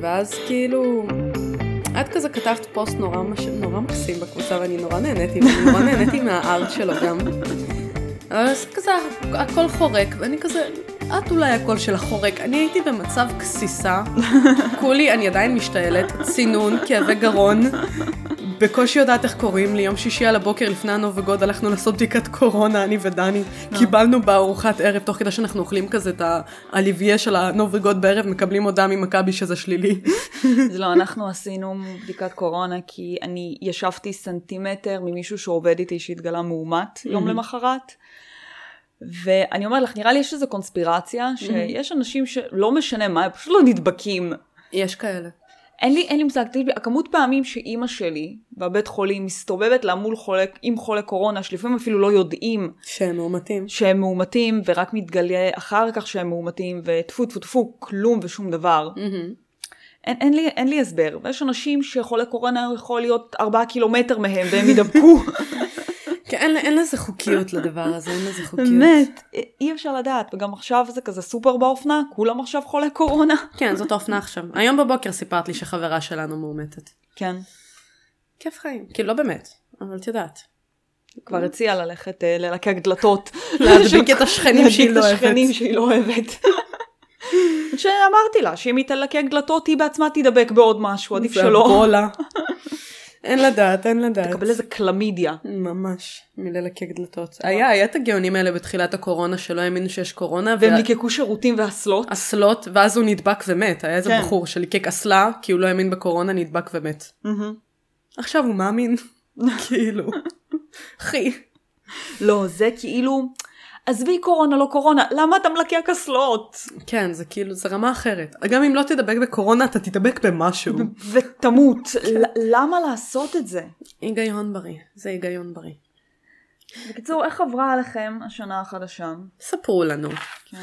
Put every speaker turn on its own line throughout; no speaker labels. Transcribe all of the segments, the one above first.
ואז כאילו... את כזה כתבת פוסט נורא, מש... נורא מקסים בקבוצה ואני נורא נהניתי, ואני נורא נהניתי מהארט שלו גם. אבל זה כזה, הכל חורק, ואני כזה, את אולי הקול של החורק. אני הייתי במצב גסיסה, כולי, אני עדיין משתעלת, צינון, כאבי גרון, בקושי יודעת איך קוראים לי. יום שישי על הבוקר לפני הנובגוד הלכנו לעשות בדיקת קורונה, אני ודני. קיבלנו בארוחת ערב, תוך כדי שאנחנו אוכלים כזה את האליביה של הנובגוד בערב, מקבלים הודעה ממכבי שזה שלילי.
אז לא, אנחנו עשינו בדיקת קורונה כי אני ישבתי סנטימטר ממישהו שעובד איתי שהתגלה מאומת יום למחרת. ואני אומרת לך, נראה לי יש איזו קונספירציה, שיש אנשים שלא משנה מה, הם פשוט לא נדבקים.
יש כאלה.
אין לי, אין לי מושג, תראי, הכמות פעמים שאימא שלי בבית חולים מסתובבת לה מול חולה, עם חולה קורונה, שלפעמים אפילו לא יודעים
שהם מאומתים.
שהם מאומתים, ורק מתגלה אחר כך שהם מאומתים, וטפו טפו טפו, כלום ושום דבר.
Mm-hmm.
אין, אין, לי, אין לי הסבר. ויש אנשים שחולה קורונה יכול להיות ארבעה קילומטר מהם, והם ידבקו.
כן, אין, אין לזה חוקיות לדבר הזה, אין לזה חוקיות.
באמת, אי אפשר לדעת, וגם עכשיו זה כזה סופר באופנה, כולם עכשיו חולי קורונה.
כן, זאת האופנה עכשיו. היום בבוקר סיפרת לי שחברה שלנו מאומתת.
כן.
כיף חיים. כאילו, לא באמת, אבל את יודעת.
כבר הציעה ללכת אה, ללקק דלתות.
להדביק את השכנים
להדביק
שהיא
את
לא אוהבת.
השכנים שהיא לא אוהבת. שאמרתי לה, שאם היא תלקק דלתות, היא בעצמה תידבק בעוד משהו, עדיף
זה
שלא.
הבולה. אין לדעת, אין לדעת.
תקבל איזה קלמידיה.
ממש, מללקק דלתות. היה, היה את הגאונים האלה בתחילת הקורונה, שלא האמינו שיש קורונה,
והם
וה-
ליקקו שירותים ואסלות.
אסלות, ואז הוא נדבק ומת. היה איזה
כן.
בחור שליקק אסלה, כי הוא לא האמין בקורונה, נדבק ומת. עכשיו הוא מאמין. כאילו. אחי.
לא, זה כאילו, עזבי קורונה, לא קורונה, למה אתה מלקק אסלות?
כן, זה כאילו, זה רמה אחרת. גם אם לא תדבק בקורונה, אתה תדבק במשהו.
ותמות. ל- למה לעשות את זה?
היגיון בריא, זה היגיון בריא.
בקיצור, איך עברה עליכם השנה החדשה?
ספרו לנו.
כן,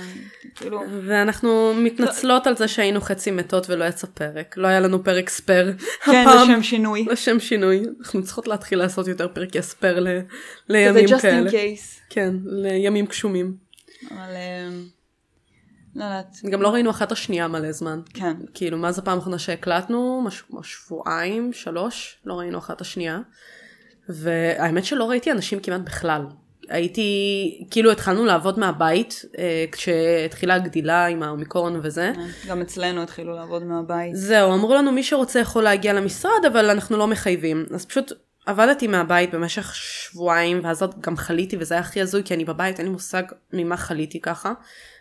כאילו...
ואנחנו מתנצלות על זה שהיינו חצי מתות ולא יצא פרק. לא היה לנו פרק ספייר.
כן,
הפעם,
לשם שינוי.
לשם שינוי. אנחנו צריכות להתחיל לעשות יותר פרקי ספייר ל-
כזה
לימים
just in
כאלה.
case.
כן, לימים גשומים.
אבל... אמ, לא יודעת.
גם לא ראינו אחת את השנייה מלא זמן.
כן.
כאילו, מאז הפעם האחרונה שהקלטנו, משהו כמו שבועיים, שלוש, לא ראינו אחת את השנייה. והאמת שלא ראיתי אנשים כמעט בכלל. הייתי, כאילו התחלנו לעבוד מהבית, אה, כשהתחילה הגדילה עם האומיקרון וזה.
גם אצלנו התחילו לעבוד מהבית.
זהו, אמרו לנו מי שרוצה יכול להגיע למשרד, אבל אנחנו לא מחייבים. אז פשוט עבדתי מהבית במשך שבועיים, ואז עוד גם חליתי, וזה היה הכי הזוי, כי אני בבית, אין לי מושג ממה חליתי ככה.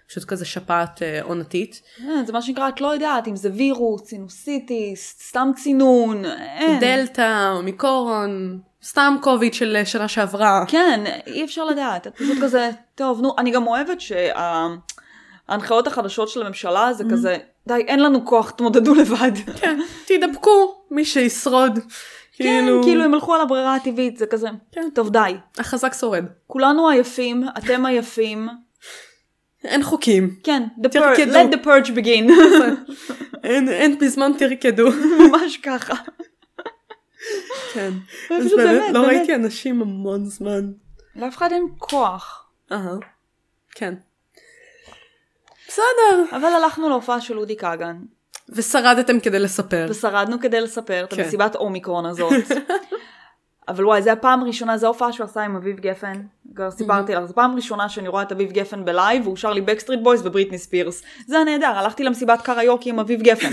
פשוט כזה שפעת אה, עונתית.
אה, זה מה שנקרא, את לא יודעת אם זה וירוס, סינוסיטיס, סתם צינון, אין.
דלתא, אומיקרון, סתם קוביד של אה, שנה שעברה.
כן, אי אפשר לדעת. את פשוט כזה, טוב, נו, אני גם אוהבת שההנחיות החדשות של הממשלה
Mm-hmm.
זה כזה, די, אין לנו כוח, תמודדו לבד.
כן, תידבקו, מי שישרוד.
כן,
כאילו,
כאילו הם הלכו על הברירה הטבעית, זה כזה,
כן.
טוב די,
החזק שורד.
כולנו עייפים, אתם עייפים,
אין חוקים.
כן, the
תרקדו.
purge, let the purge begin,
נכון. אין, אין בזמן תרקדו.
ממש ככה.
כן.
פשוט
אז באמת,
באמת,
לא
באמת.
ראיתי אנשים המון זמן.
לאף אחד אין כוח,
אהה, כן. בסדר.
אבל הלכנו להופעה של אודי כגן,
ושרדתם כדי לספר.
ושרדנו כדי לספר את
כן.
המסיבת אומיקרון הזאת. אבל וואי, זו הפעם הראשונה, זו ההופעה שהוא עשה עם אביב גפן. כבר סיפרתי
Mhm.
לך, זו פעם ראשונה שאני רואה את אביב גפן בלייב, והוא שר לי בקסטריט בויז ובריטני ספירס. זה היה נהדר, הלכתי למסיבת קריוקי עם אביב גפן,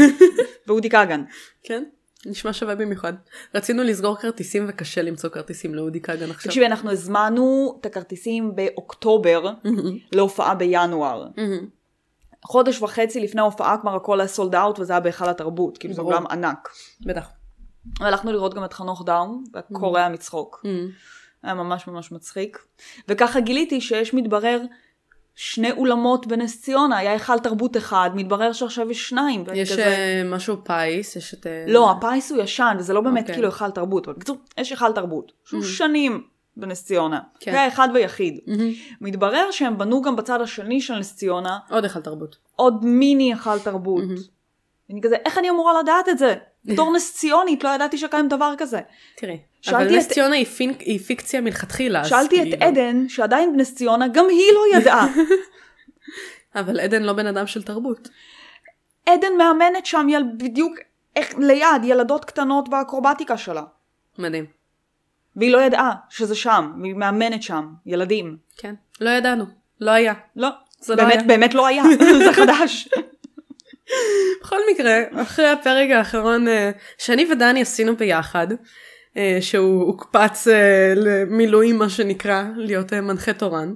ואודי כגן.
כן? נשמע שווה במיוחד. רצינו לסגור כרטיסים וקשה למצוא כרטיסים לאודי כגן עכשיו.
תקשיבי, אנחנו הזמנו את הכרטיסים באוקטובר
Mhm.
להופעה בינואר.
מהמם.
חודש וחצי לפני ההופעה כבר הכל היה סולד אאוט וזה היה בהיכל התרבות, כאילו זה
ברור.
אולם ענק.
בטח.
והלכנו לראות גם את חנוך דאום,
Mm.
והקורע מצחוק.
מהמם.
היה ממש ממש מצחיק. וככה גיליתי שיש מתברר שני אולמות בנס ציונה, היה היכל תרבות אחד, מתברר שעכשיו יש שניים. ואני
יש
כזה-
אה, משהו פיס, יש את... אה,
לא, הפיס הוא ישן, וזה לא באמת
אוקיי. Mm.
כאילו היכל תרבות, אבל בקיצור, יש היכל תרבות, שהוא שנים בנס ציונה.
כן. Mm-hmm.
זה היה אחד ויחיד.
מהמם.
מתברר שהם בנו גם בצד השני של נס ציונה
עוד אחד תרבות.
עוד מיני היכל תרבות.
Mm-hmm.
אני כזה, איך אני אמורה לדעת את זה? בתור נס ציונית לא ידעתי שקיים דבר כזה.
תראי.
שאלתי
אבל נס
את-
ציונה היא פינק- היא פיקציה מלכתחילה. אז
שאלתי את
כאילו-
עדן, שעדיין בנס ציונה, גם היא לא ידעה.
אבל עדן לא בן אדם של תרבות.
עדן מאמנת שם יל... בדיוק איך... ליד ילדות קטנות באקרובטיקה שלה.
מדהים.
והיא לא ידעה שזה שם, והיא מאמנת שם, ילדים.
כן. לא ידענו. לא היה.
לא,
זה לא
באמת,
היה.
באמת לא היה, זה חדש.
בכל מקרה, אחרי הפרק האחרון אה, שאני ודני עשינו ביחד, אה, שהוא הוקפץ אה, למילואים מה שנקרא, להיות אה, מנחה תורן. אה,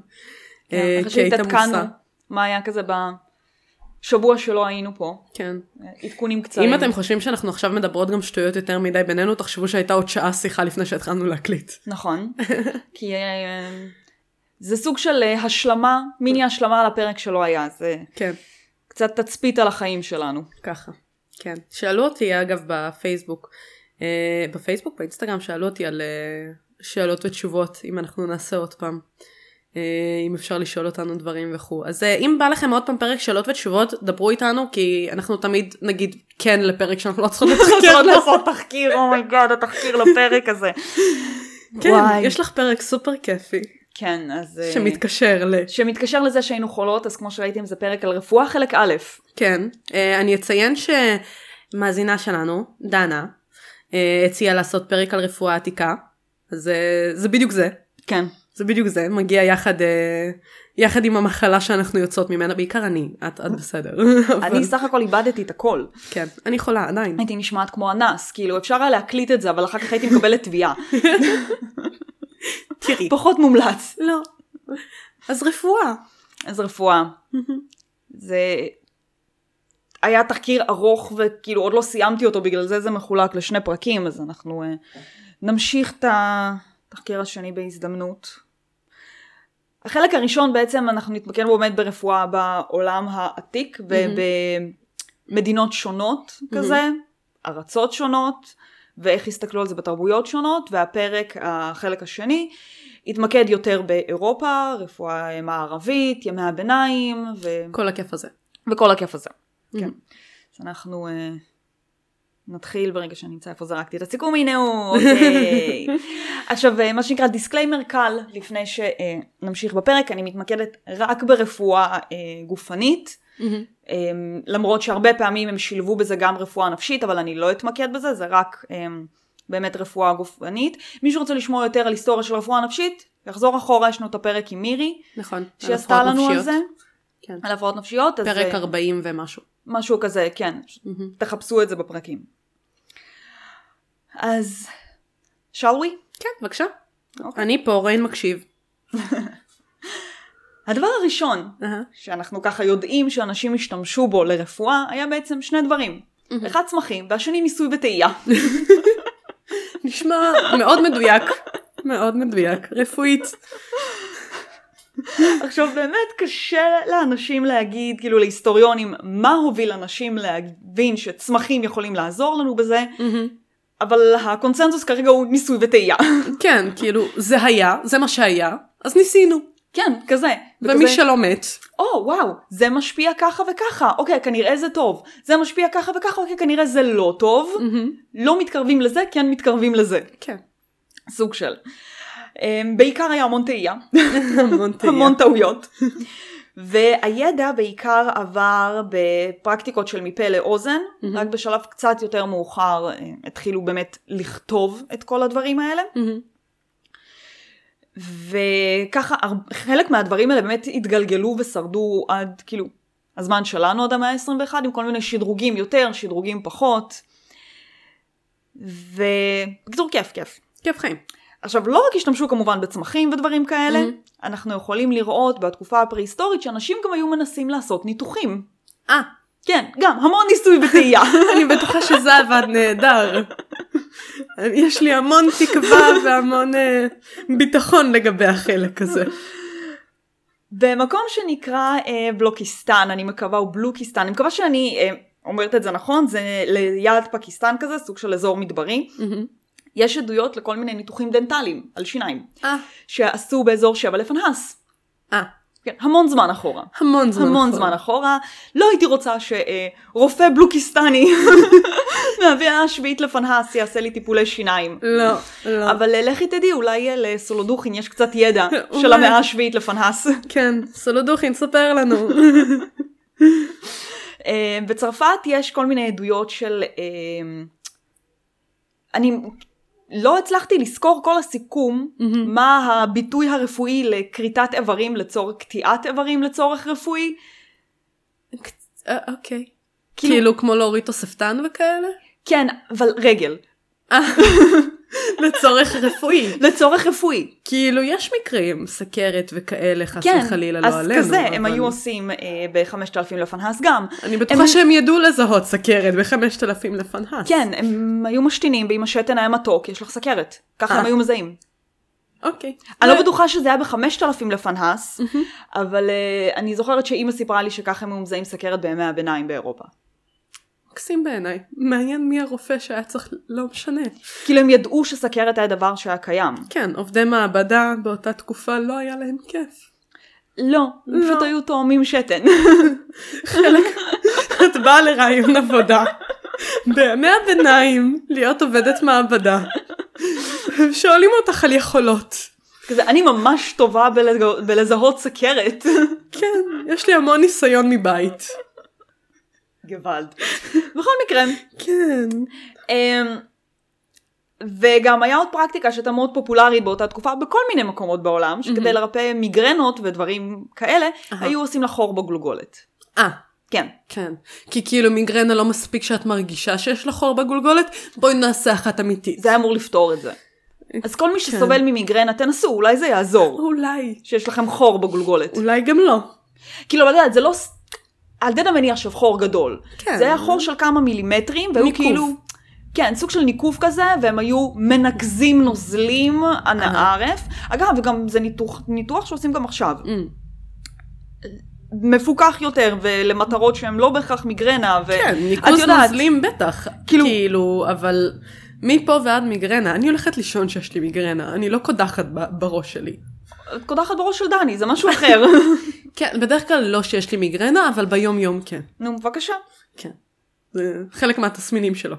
כן, אחרי
כי היית
שהתעדכנו
מוסע.
מה היה כזה בשבוע שלא היינו פה,
כן.
עדכונים קצרים.
אם אתם חושבים שאנחנו עכשיו מדברות גם שטויות יותר מדי בינינו, תחשבו שהייתה עוד שעה שיחה לפני שהתחלנו להקליט.
נכון, כי אה, זה סוג של אה, השלמה, מיני השלמה על הפרק שלא היה, זה
כן.
קצת תצפית על החיים שלנו.
ככה. כן. שאלו אותי אגב בפייסבוק, אה, בפייסבוק, באינסטגרם, שאלו אותי על אה, שאלות ותשובות, אם אנחנו נעשה עוד פעם. אה, אם אפשר לשאול אותנו דברים וכו'. אז אה, אם בא לכם עוד פעם פרק שאלות ותשובות, דברו איתנו, כי אנחנו תמיד נגיד כן לפרק שאנחנו לא צריכות
כן.
להתחזרות לעשות.
לעשות תחקיר, אומייגוד, התחקיר לפרק הזה.
כן,
וואי.
יש לך פרק סופר כיפי,
כן, אז... אה,
שמתקשר ל...
שמתקשר לזה שהיינו חולות, אז כמו שראיתם זה פרק על רפואה חלק א',
כן, אה, אני אציין שמאזינה שלנו, דנה, אה, הציעה לעשות פרק על רפואה עתיקה, אז אה, זה בדיוק זה,
כן,
זה בדיוק זה, מגיע יחד, אה, יחד עם המחלה שאנחנו יוצאות ממנה, בעיקר אני, את, את בסדר.
אני סך הכל איבדתי את הכל,
כן, אני חולה עדיין.
הייתי נשמעת כמו אנס, כאילו אפשר היה להקליט את זה, אבל אחר כך הייתי מקבלת תביעה,
תראי.
פחות מומלץ.
לא. אז רפואה.
אז רפואה. זה היה תחקיר ארוך וכאילו עוד לא סיימתי אותו, בגלל זה זה מחולק לשני פרקים, אז אנחנו אה, נמשיך את התחקיר השני בהזדמנות. החלק הראשון בעצם אנחנו נתמקד בו באמת ברפואה בעולם העתיק ובמדינות שונות כזה, ארצות שונות, ואיך הסתכלו על זה בתרבויות שונות, והפרק, החלק השני, התמקד יותר באירופה, רפואה אה, מערבית, ימי הביניים, ו...
כל הכיף הזה.
וכל הכיף הזה. כן.
Mhm.
אז אנחנו אה, נתחיל ברגע שאני אמצא איפה זרקתי את הסיכום, הנה הוא, אוקיי. עכשיו, אה, מה שנקרא דיסקליימר קל, לפני שנמשיך בפרק, אני מתמקדת רק ברפואה אה, גופנית. אה, למרות שהרבה פעמים הם שילבו בזה גם רפואה נפשית, אבל אני לא אתמקד בזה, זה רק אה, באמת רפואה גופנית. מי שרוצה לשמוע יותר על היסטוריה של רפואה נפשית, יחזור אחורה, יש לנו את הפרק עם מירי,
נכון.
שהיא עשתה לנו על
נפשיות.
זה,
כן.
על הפרעות נפשיות, אז
פרק
אה,
40 ומשהו.
משהו כזה, כן,
מהמם.
תחפשו את זה בפרקים. אז, shall we?
כן, בבקשה.
אוקיי.
אני פה, ריין מקשיב.
הדבר הראשון
אהה.
שאנחנו ככה יודעים שאנשים השתמשו בו לרפואה, היה בעצם שני דברים. אחד צמחים, והשני ניסוי וטעייה.
נשמע מאוד מדויק. מאוד מדויק. רפואית.
עכשיו באמת קשה לאנשים להגיד, כאילו להיסטוריונים, מה הוביל אנשים להבין שצמחים יכולים לעזור לנו בזה, אבל הקונצנזוס כרגע הוא ניסוי וטעייה.
כן, כאילו, זה היה, זה מה שהיה, אז ניסינו.
כן, כזה.
ומי
וכזה-
שלא מת,
או וואו, זה משפיע ככה וככה, אוקיי, כנראה זה טוב. זה משפיע ככה וככה, אוקיי, כנראה זה לא טוב. לא מתקרבים לזה, כן מתקרבים לזה.
כן.
סוג של. אמ, בעיקר היה המון תהייה,
המון תהייה.
המון טעויות. והידע בעיקר עבר בפרקטיקות של מפה לאוזן, רק בשלב קצת יותר מאוחר אמ, התחילו באמת לכתוב את כל הדברים האלה.
מהמם.
וככה הר- חלק מהדברים האלה באמת התגלגלו ושרדו עד כאילו הזמן שלנו עד המאה ה-21 עם כל מיני שדרוגים יותר, שדרוגים פחות. ובקיצור כיף כיף.
כיף חיים.
עכשיו לא רק השתמשו כמובן בצמחים ודברים כאלה,
Mhm.
mm-hmm. אנחנו יכולים לראות בתקופה הפרה-היסטורית שאנשים גם היו מנסים לעשות ניתוחים.
אה,
כן, גם המון ניסוי וטעייה.
אני בטוחה שזה עבד נהדר. יש לי המון תקווה והמון אה, ביטחון לגבי החלק הזה.
במקום שנקרא אה, בלוקיסטן, אני מקווה, או בלוקיסטן, אני מקווה שאני אה, אומרת את זה נכון, זה ליד פקיסטן כזה, סוג של אזור מדברי. יש עדויות לכל מיני ניתוחים דנטליים על שיניים,
אה,
שעשו באזור שבע לפנהס.
אה,
כן, המון זמן אחורה.
המון זמן.
המון
אחורה.
זמן אחורה. לא הייתי רוצה שרופא בלוקיסטני מהמאה השביעית לפנהס יעשה לי טיפולי שיניים.
לא, לא.
אבל אה, לכי תדעי, אולי אה, לסולודוכין יש קצת ידע
אולי.
של המאה השביעית לפנהס.
כן, סולודוכין, ספר לנו.
אמ, אה, בצרפת יש כל מיני עדויות של... אה, אני לא הצלחתי לזכור כל הסיכום
מהמם.
מה הביטוי הרפואי לכריתת איברים לצורך קטיעת איברים לצורך רפואי.
אה, אוקיי. כאילו כמו להוריד תוספתן וכאלה?
כן, אבל רגל.
אה, לצורך רפואי.
לצורך רפואי.
כאילו יש מקרים, סכרת וכאלה, חס
כן,
וחלילה, לא
אז
עלינו.
כזה, הם
אבל-
היו עושים אה, ב-5000 לפנהס גם.
אני בטוחה
הם-
שהם ידעו לזהות סכרת ב-5,000 לפנהס.
כן, הם היו משתינים, ואם השתן היה מתוק, יש לך סכרת. ככה
אה.
הם היו מזהים.
אוקיי.
אני לא
זה-
בטוחה שזה היה ב-5000 לפנהס, אבל אה, אני זוכרת שאימא סיפרה לי שככה הם היו מזהים סכרת בימי הביניים באירופה.
מקסים בעיניי. מעניין מי הרופא שהיה צריך, לא משנה.
כאילו הם ידעו שסכרת היה דבר שהיה קיים.
כן, עובדי מעבדה באותה תקופה לא היה להם כיף.
לא, הם
לא.
פשוט היו תואמים שתן.
את באה לרעיון עבודה. בימי הביניים, להיות עובדת מעבדה. הם שואלים אותך על יכולות.
כזה, אני ממש טובה בלג- בלזהות סכרת.
כן, יש לי המון ניסיון מבית.
גוואלד. בכל מקרה,
כן.
אמ, וגם היה עוד פרקטיקה שהייתה מאוד פופולרית באותה תקופה בכל מיני מקומות בעולם, שכדי לרפא מיגרנות ודברים כאלה,
אהה.
היו עושים לך חור בגלוגולת.
אה,
כן.
כן. כי כאילו מיגרנה לא מספיק שאת מרגישה שיש לך חור בגולגולת, בואי נעשה אחת אמיתית.
זה היה אמור לפתור את זה. אז כל
כן.
מי שסובל ממיגרנה, תנסו, אולי זה יעזור.
אולי.
שיש לכם חור בגולגולת.
אולי גם לא.
כאילו, לא יודעת, זה לא... ס- על דד המניח של חור גדול.
כן.
זה היה חור של כמה מילימטרים, והיו
ניקוף.
כאילו... כן, סוג של ניקוף כזה, והם היו מנקזים נוזלים אנא
אהה.
ערף. אגב, וגם זה ניתוח, ניתוח שעושים גם עכשיו.
אמ,
מפוקח יותר, ולמטרות שהן לא בהכרח מיגרנה, ו...
כן,
את
ניקוז
יודעת,
נוזלים בטח.
כאילו-
כאילו, אבל מפה ועד מיגרנה, אני הולכת לישון שיש לי מיגרנה, אני לא קודחת ב- בראש שלי.
את קודחת בראש של דני, זה משהו אחר.
כן, בדרך כלל לא שיש לי מיגרנה, אבל ביום יום כן.
נו, בבקשה.
כן. זה חלק מהתסמינים שלו.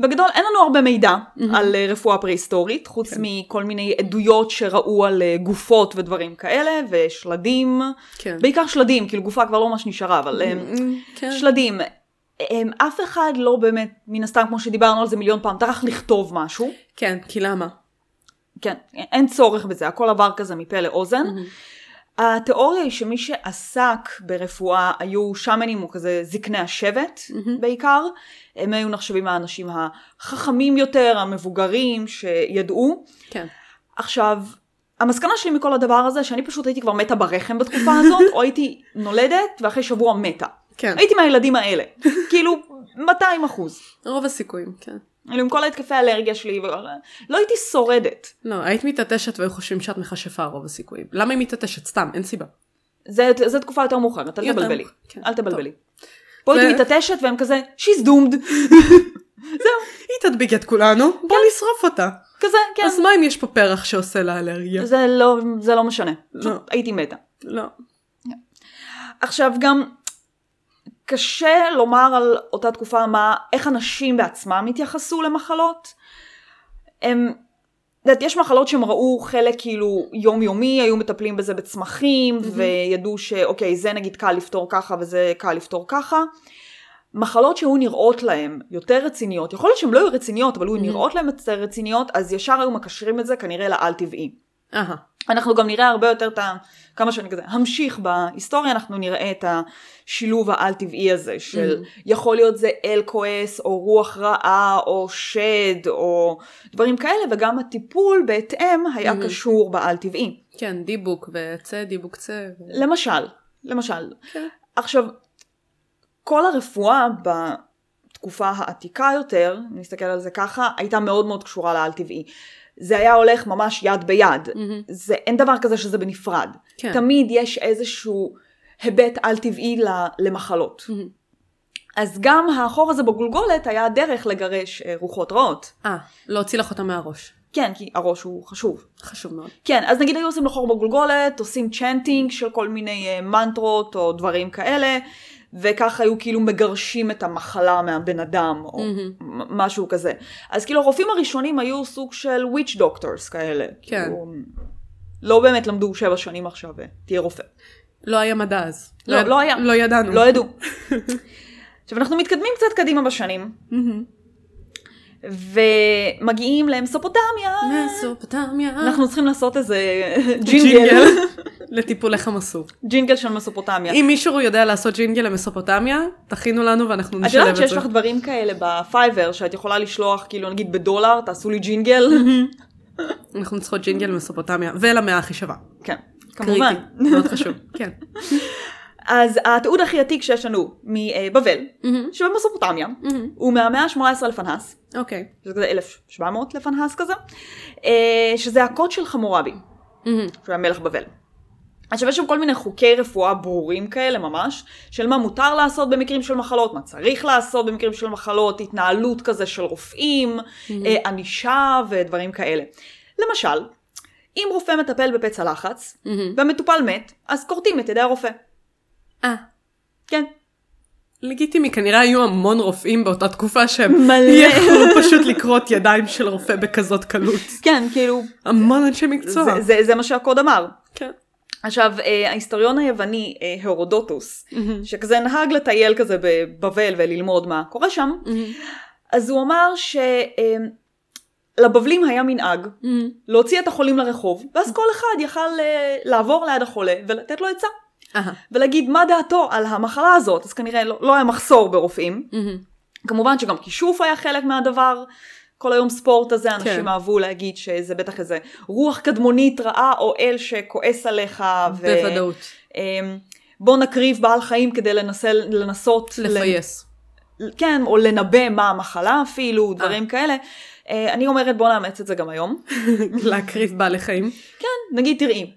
בגדול אין לנו הרבה מידע על אה, רפואה פרה-היסטורית, חוץ מכל מיני עדויות שראו על אה, גופות ודברים כאלה, ושלדים,
כן.
בעיקר שלדים, כאילו גופה כבר לא ממש נשארה, אבל אה,
כן.
שלדים. אה, אף אחד לא באמת, מן הסתם, כמו שדיברנו על זה מיליון פעם, טרח לכתוב משהו.
כן, כי למה?
כן, אין צורך בזה, הכל עבר כזה מפה לאוזן. התיאוריה היא שמי שעסק ברפואה היו שמנים או כזה זקני השבט בעיקר. הם היו נחשבים האנשים החכמים יותר, המבוגרים, שידעו.
כן.
עכשיו, המסקנה שלי מכל הדבר הזה, שאני פשוט הייתי כבר מתה ברחם בתקופה הזאת, או הייתי נולדת ואחרי שבוע מתה.
כן.
הייתי מהילדים האלה. כאילו, 200 אחוז.
רוב הסיכויים, כן.
כאילו, עם כל התקפי האלרגיה שלי, ו- לא הייתי שורדת.
לא, היית מתעטשת והיו חושבים שאת מכשפה רוב הסיכויים. למה היא מתעטשת? סתם, אין סיבה.
זה, זה תקופה יותר מאוחרת, אל
יותר
תבלבלי.
מאוחרת, כן.
אל תבלבלי. פה הייתי
זה-
מתעטשת והם כזה, she's doomed,
היא תדביק את כולנו, בוא נשרוף אותה.
כזה, כן.
אז מה אם יש פה פרח שעושה לה אלרגיה?
זה לא, זה לא משנה. פשוט
לא.
הייתי מתה.
לא.
עכשיו גם, קשה לומר על אותה תקופה מה, איך אנשים בעצמם התייחסו למחלות. הם, את יודעת, יש מחלות שהם ראו חלק כאילו יומיומי, היו מטפלים בזה בצמחים, וידעו שאוקיי, זה נגיד קל לפתור ככה וזה קל לפתור ככה. מחלות שהיו נראות להם יותר רציניות, יכול להיות שהן לא היו רציניות, אבל היו נראות להם יותר רציניות, אז ישר היו מקשרים את זה כנראה לעל טבעי.
אהה.
אנחנו גם נראה הרבה יותר את ה... כמה שאני כזה המשיך בהיסטוריה, אנחנו נראה את השילוב העל טבעי הזה של יכול להיות זה אל כועס, או רוח רעה, או שד, או דברים כאלה, וגם הטיפול בהתאם היה קשור בעל טבעי.
כן, דיבוק וצא, דיבוק צא.
למשל, למשל.
כן.
עכשיו, כל הרפואה בתקופה העתיקה יותר, נסתכל על זה ככה, הייתה מאוד מאוד קשורה לעל טבעי. זה היה הולך ממש יד ביד. זה, אין דבר כזה שזה בנפרד.
Mm-hmm. כן.
תמיד יש איזשהו היבט על טבעי ל- למחלות.
Mm-hmm.
אז גם החור הזה בגולגולת היה הדרך לגרש אה, רוחות רעות.
אה, להוציא לך אותה מהראש.
כן, כי הראש הוא חשוב.
חשוב מאוד.
כן, אז נגיד היו עושים לו חור בגולגולת, עושים צ'נטינג של כל מיני אה, מנטרות או דברים כאלה, וכך היו כאילו מגרשים את המחלה מהבן אדם, או mm-hmm. משהו כזה. אז כאילו הרופאים הראשונים היו סוג של וויץ' דוקטורס כאלה.
כן.
כאילו, לא באמת למדו שבע שנים עכשיו, אה, תהיה רופא.
לא היה מדע אז.
לא,
יד-
לא היה.
לא ידענו.
לא ידעו. עכשיו אנחנו מתקדמים קצת קדימה בשנים,
מהמם.
ומגיעים למסופוטמיה.
מסופוטמיה.
אנחנו צריכים לעשות איזה ג'ינגל,
לטיפולך המסור.
ג'ינגל של מסופוטמיה.
אם מישהו יודע לעשות ג'ינגל למסופוטמיה, תכינו לנו ואנחנו
את
נשלב
יודעת
את זה.
שיש לך דברים כאלה בפייבר שאת יכולה לשלוח כאילו נגיד בדולר תעשו לי ג'ינגל?
אנחנו צריכות ג'ינגל למסופוטמיה ולמאה הכי שווה.
כן, כמובן.
קריטי, מאוד חשוב. כן.
אז התיעוד הכי עתיק שיש לנו מבבל, שבמסופוטמיה, הוא מהמאה ה-18 לפנהס,
אוקיי.
שזה כזה 1700 לפנהס כזה, אה, שזה הקוד של חמורבי, שהוא היה מלך בבל. עכשיו יש שם כל מיני חוקי רפואה ברורים כאלה ממש, של מה מותר לעשות במקרים של מחלות, מה צריך לעשות במקרים של מחלות, התנהלות כזה של רופאים, אה, ענישה ודברים כאלה. למשל, אם רופא מטפל בפצע לחץ, והמטופל מת, אז כורתים את ידי הרופא.
אה,
כן.
לגיטימי, כנראה היו המון רופאים באותה תקופה שהם
מלא.
יכלו פשוט לקרות ידיים של רופא בכזאת קלות.
כן, כאילו,
המון אנשי מקצוע.
זה, זה, זה מה שהקוד אמר.
כן.
עכשיו, אה, ההיסטוריון היווני, אה, הרודוטוס, שכזה נהג לטייל כזה בבבל וללמוד מה קורה שם, אז הוא אמר שלבבלים היה מנהג להוציא את החולים לרחוב, ואז כל אחד יכל אה, לעבור ליד החולה ולתת לו עצה,
אהה.
ולהגיד מה דעתו על המחלה הזאת, אז כנראה לא, לא היה מחסור ברופאים. כמובן שגם כישוף היה חלק מהדבר. כל היום ספורט הזה, אנשים
כן.
אהבו להגיד שזה בטח איזה רוח קדמונית רעה או אל שכועס עליך. ו-
בוודאות.
אמ, בוא נקריב בעל חיים כדי לנסה, לנסות...
לפייס.
ל- כן, או לנבא מה המחלה אפילו, דברים כאלה. אה, אני אומרת בוא נאמץ את זה גם היום.
להקריב בעלי חיים.
כן, נגיד תראי,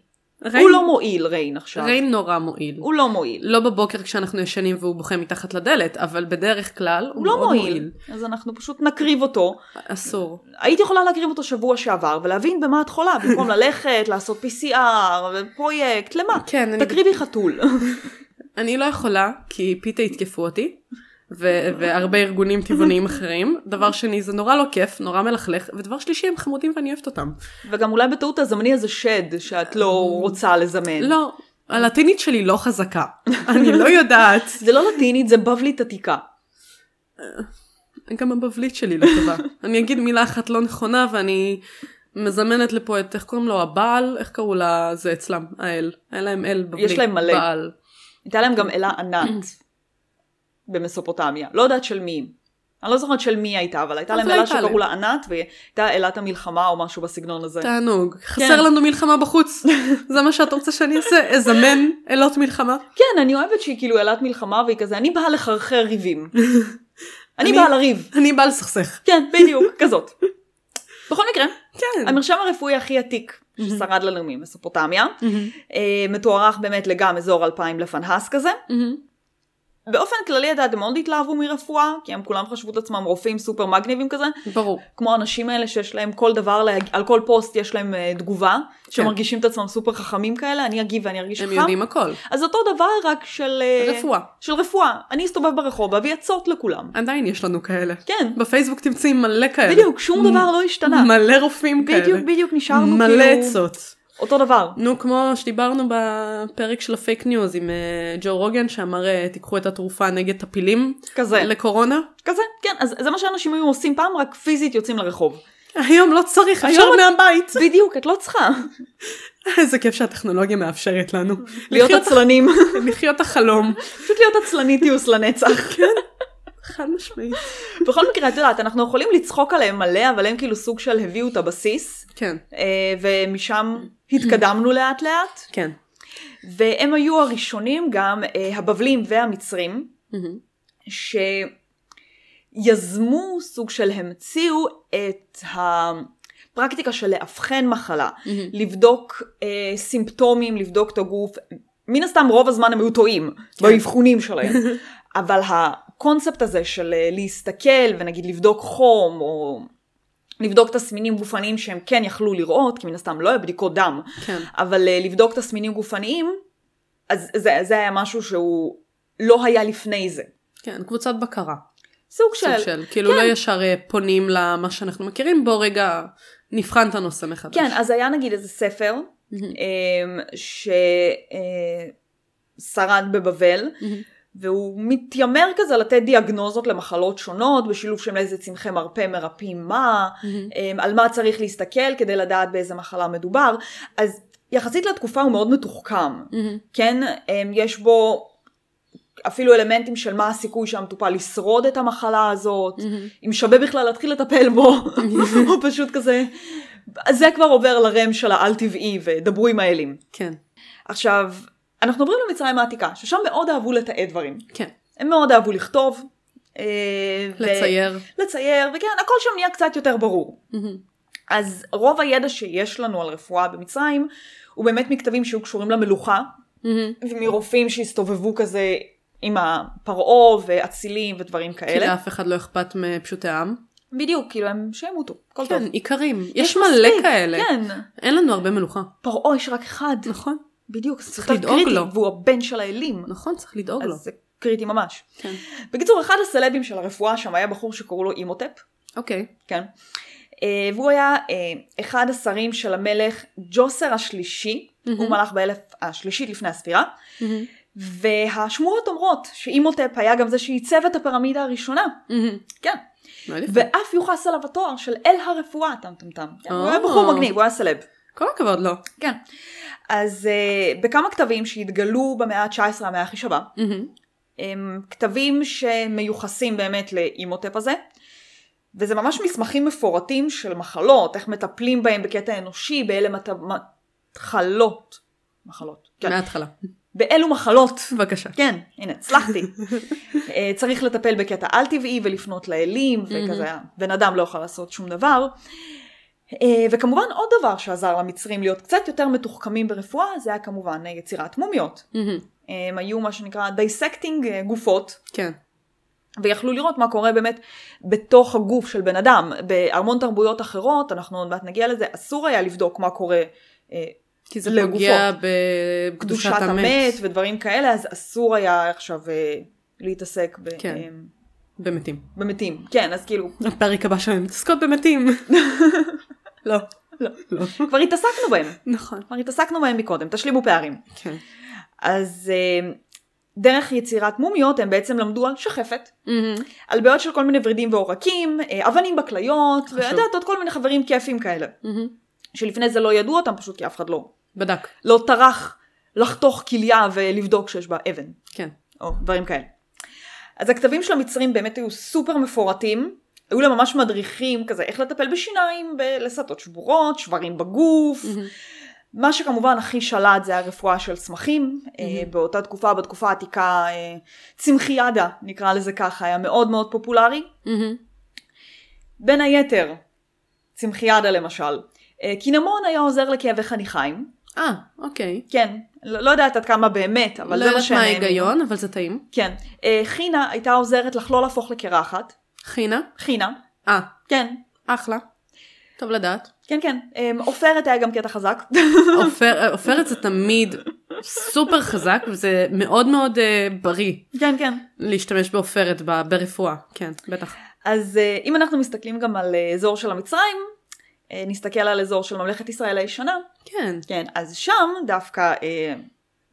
ריין-
הוא לא מועיל ריין עכשיו.
ריין נורא מועיל.
הוא לא מועיל.
לא בבוקר כשאנחנו ישנים והוא בוכה מתחת לדלת, אבל בדרך כלל
הוא
הוא
לא
מאוד
מועיל. אז אנחנו פשוט נקריב אותו.
אסור.
היית יכולה להקריב אותו שבוע שעבר ולהבין במה את חולה, במקום ללכת, לעשות PCR, פרויקט, למה?
כן, אני-
תקריבי חתול.
אני לא יכולה, כי פיתה יתקפו אותי, ו- והרבה ארגונים טבעוניים אחרים. דבר שני, זה נורא לא כיף, נורא מלכלך, ודבר שלישי, הם חמודים ואני אוהבת אותם.
וגם אולי בטעות תזמני איזה שד שאת לא רוצה לזמן.
אה, לא, הלטינית שלי לא חזקה. אני לא יודעת.
זה לא לטינית, זה בבלית עתיקה.
גם הבבלית שלי לא טובה. אני אגיד מילה אחת לא נכונה, ואני מזמנת לפה את, איך קוראים לו, הבעל? איך קראו לה, זה אצלם, האל. היה להם אל בבלי.
יש להם מלא.
בעל.
הייתה להם גם אלה ענק במסופוטמיה. לא יודעת של מי. היא. אני לא זוכרת של מי היא הייתה, אבל הייתה
אבל
להם אלה
לא הייתה
שקראו
להם.
לה ענת, והיא הייתה אלת המלחמה או משהו בסגנון הזה.
תענוג.
כן.
חסר לנו מלחמה בחוץ. זה מה שאת רוצה שאני אעשה? אזמן אלות מלחמה?
כן, אני אוהבת שהיא כאילו אלת מלחמה, והיא כזה, אני באה לחרחר ריבים. אני
אני-
באה לריב.
אני באה לסכסך.
כן, בדיוק, כזאת. בכל מקרה,
כן.
המרשם הרפואי הכי עתיק ששרד לנו ממסופוטמיה, אה, מתוארך באמת לגם אזור 2000 לפנהס כזה. באופן כללי, את יודעת, הם מאוד התלהבו מרפואה, כי הם כולם חשבו את עצמם רופאים סופר מגניבים כזה,
ברור.
כמו האנשים האלה שיש להם כל דבר, להג... על כל פוסט יש להם אה, תגובה, שמרגישים את עצמם סופר חכמים כאלה, אני אגיב ואני ארגיש
כן. הם
חכם.
יודעים הכל.
אז אותו דבר רק של... אה,
רפואה.
של רפואה. אני אסתובב ברחוב, אביא עצות לכולם.
עדיין יש לנו כאלה.
כן,
בפייסבוק תמצאי מלא כאלה.
בדיוק, שום דבר לא השתנה.
מלא רופאים כאלה.
בדיוק, בדיוק, נשארנו
כן. מלא
כאילו...
עצות.
אותו דבר.
נו, כמו שדיברנו בפרק של הפייק ניוז עם אה, ג'ו רוגן, שאמר אה, תיקחו את התרופה נגד טפילים
כזה.
לקורונה.
כזה, כן, אז זה מה שאנשים היו עושים פעם, רק פיזית יוצאים לרחוב.
היום לא צריך, אפשר
היום-
מהבית.
בדיוק, את לא צריכה
איזה כיף שהטכנולוגיה מאפשרת לנו.
להיות
לחיות-
עצלנים.
לחיות החלום.
פשוט להיות עצלניטיוס לנצח.
חד משמעית.
בכל מקרה, את יודעת, אנחנו יכולים לצחוק עליהם מלא, אבל הם כאילו סוג של הביאו את הבסיס.
כן,
אה, ומשם התקדמנו לאט לאט,
כן.
והם היו הראשונים גם, אה, הבבלים והמצרים, שיזמו סוג של המציאו את הפרקטיקה של לאבחן מחלה, לבדוק אה, סימפטומים, לבדוק את הגוף. מן הסתם רוב הזמן הם היו טועים באבחונים שלהם, אבל הקונספט הזה של אה, להסתכל ונגיד לבדוק חום או לבדוק תסמינים גופניים שהם כן יכלו לראות, כי מן הסתם לא היה בדיקות דם,
כן.
אבל אה, לבדוק תסמינים גופניים, אז זה, זה היה משהו שהוא לא היה לפני זה.
כן, קבוצת בקרה.
סוג של... כן.
סוג של, כאילו לא ישר אה, פונים למה שאנחנו מכירים, בוא רגע נבחן את הנושא מחדש.
כן, אז היה נגיד איזה ספר, אמ, ש... אה, שרד בבבל,
מהמם.
והוא מתיימר כזה לתת דיאגנוזות למחלות שונות, בשילוב של איזה צמחי מרפא מרפאים מה, אמ, על מה צריך להסתכל כדי לדעת באיזה מחלה מדובר. אז יחסית לתקופה הוא מאוד מתוחכם, כן? אמ, יש בו אפילו אלמנטים של מה הסיכוי שהמטופל ישרוד את המחלה הזאת, אם שווה בכלל להתחיל לטפל בו, או פשוט כזה... אז זה כבר עובר לרם של העל טבעי ודברו עם האלים.
כן,
עכשיו, אנחנו עוברים למצרים העתיקה, ששם מאוד אהבו לתעד דברים.
כן.
הם מאוד אהבו לכתוב. אה, ו-
לצייר. Mm-hmm.
לצייר, וכן, הכל שם נהיה קצת יותר ברור.
מהמם.
אז רוב הידע שיש לנו על רפואה במצרים, הוא באמת מכתבים שהיו קשורים למלוכה,
מהמם.
ומרופאים שהסתובבו כזה עם הפרעה ואצילים ודברים
כי
כאלה.
לאף אחד לא אכפת מפשוטי העם.
בדיוק, כאילו הם שימותו, הכל טוב.
כן, איכרים. יש מלא
מספיק,
כאלה.
כן.
אין לנו הרבה מלוכה.
פרעה יש רק אחד.
נכון.
בדיוק, זה
צריך
סרטון
לדאוג
קריטי,
לו.
והוא הבן של האלים.
נכון, צריך לדאוג לו.
אז זה קריטי ממש.
כן.
בקיצור, אחד הסלבים של הרפואה שם היה בחור שקראו לו אימוטפ.
אוקיי.
כן. אה, והוא היה אה, אחד השרים של המלך ג'וסר השלישי,
מהמם.
הוא מלך באלף השלישית לפני הספירה, והשמועות אומרות שאימוטפ היה גם זה שעיצב את הפירמידה הראשונה,
מהמם.
כן,
מאוד יפה.
ואף יוחס עליו התואר של אל הרפואה, טם טם טם, כן, הוא
אה.
היה בחור מגניב, הוא היה סלב,
כל הכבוד לא. לו.
כן. אז אה, בכמה כתבים שהתגלו במאה ה-19, המאה הכי שווה,
מהמם.
הם אמ, כתבים שמיוחסים באמת לאימוטפ הזה, וזה ממש מסמכים מפורטים של מחלות, איך מטפלים בהם בקטע אנושי, באלה מת... מחלות. מחלות, כן.
מההתחלה.
באלו מחלות.
בבקשה.
כן, הנה, הצלחתי. אה, צריך לטפל בקטע על-טבעי ולפנות לאלים, וכזה, בן אדם לא יכול לעשות שום דבר. אה, וכמובן עוד דבר שעזר למצרים להיות קצת יותר מתוחכמים ברפואה, זה היה כמובן אה, יצירת מומיות.
מהמם.
הם היו מה שנקרא דייסקטינג אה, גופות,
כן.
ויכלו לראות מה קורה באמת בתוך הגוף של בן אדם. בהמון תרבויות אחרות, אנחנו עוד מעט נגיע לזה, אסור היה לבדוק מה קורה אה,
כי זה
לגופו.
פוגע בקדושת
קדושת המת
המת.
ודברים כאלה, אז אסור היה עכשיו אה, להתעסק ב,
כן.
אה,
במתים.
במתים. כן, אז כאילו,
הפרק הבא שלהם מתעסקות במתים. לא.
לא.
לא.
כבר התעסקנו בהם.
נכון.
כבר התעסקנו בהם מקודם, תשלימו פערים.
כן.
אז אה, דרך יצירת מומיות הם בעצם למדו על שחפת, על בעיות של כל מיני ורידים ועורקים, אה, אבנים בכליות,
חשוב.
ואת יודעת, עוד כל מיני חברים כיפים כאלה. שלפני זה לא ידעו אותם פשוט כי אף אחד לא,
בדק.
לא טרח לחתוך כליה ולבדוק שיש בה אבן,
כן.
או דברים כאלה. אז הכתבים של המצרים באמת היו סופר מפורטים, היו להם ממש מדריכים כזה איך לטפל בשיניים, בלסתות שבורות, שברים בגוף, מה שכמובן הכי שלט זה הרפואה של צמחים, אה, באותה תקופה, בתקופה העתיקה, אה, צמחיאדה נקרא לזה ככה, היה מאוד מאוד פופולרי. בין היתר, צמחיאדה למשל, אה, קינמון היה עוזר לכאבי חניכיים,
אה, אוקיי.
כן, לא, לא יודעת עד כמה באמת, אבל
לא
זה מה
יודעת
שהם...
מה
האמינו.
ההיגיון, אבל זה טעים.
כן. אה, חינה הייתה עוזרת לך לא להפוך לקרחת,
חינה.
חינה,
אה,
כן,
אחלה. טוב לדעת.
כן כן, אה, עופרת היה גם קטע חזק,
עופר- עופרת זה תמיד סופר חזק, וזה מאוד מאוד אה, בריא
כן כן.
להשתמש בעופרת ב- ברפואה. כן, בטח.
אז אה, אם אנחנו מסתכלים גם על אה, אזור של המצרים, אה, נסתכל על אזור של ממלכת ישראל הישנה,
כן.
כן, אז שם דווקא, אה,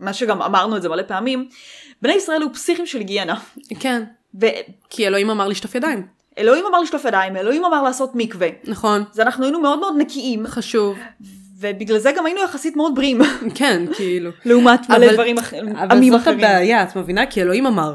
מה שגם אמרנו את זה מלא פעמים, בני ישראל היו פסיכים של היגיינה,
כן.
ואלוהים
כי אלוהים אמר לשטוף ידיים.
אמר לשלוף ידיים, אלוהים אמר לעשות מקווה,
נכון.
אז אנחנו היינו מאוד מאוד נקיים,
חשוב.
ובגלל זה גם היינו יחסית מאוד בריאים,
כן, כאילו.
לעומת
אבל-
מלא דברים אחרים,
אבל
עמים
זאת
אחרים.
הבעיה, את מבינה? כי אלוהים אמר.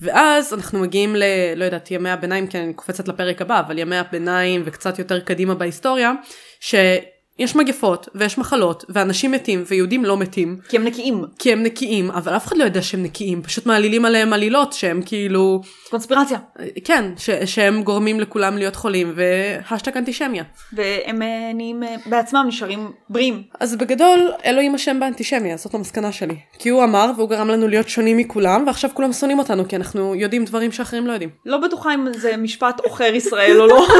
ואז אנחנו מגיעים ל... לא יודעת, ימי הביניים, כי אני קופצת לפרק הבא, אבל ימי הביניים וקצת יותר קדימה בהיסטוריה, שיש מגפות ויש מחלות, ואנשים מתים ויהודים לא מתים,
כי הם נקיים,
כי הם נקיים, אבל אף אחד לא יודע שהם נקיים, פשוט מעלילים עליהם עלילות שהם כאילו...
קונספירציה,
כן, ש... שהם גורמים לכולם להיות חולים, והשטג אנטישמיה.
והם אה, נהיים, אה, בעצמם נשארים בריאים.
אז בגדול, אלוהים אשם באנטישמיה, זאת המסקנה שלי. כי הוא אמר, והוא גרם לנו להיות שונים מכולם, ועכשיו כולם שונאים אותנו, כי אנחנו יודעים דברים שאחרים לא יודעים.
לא בטוחה אם זה משפט עוכר ישראל או לא,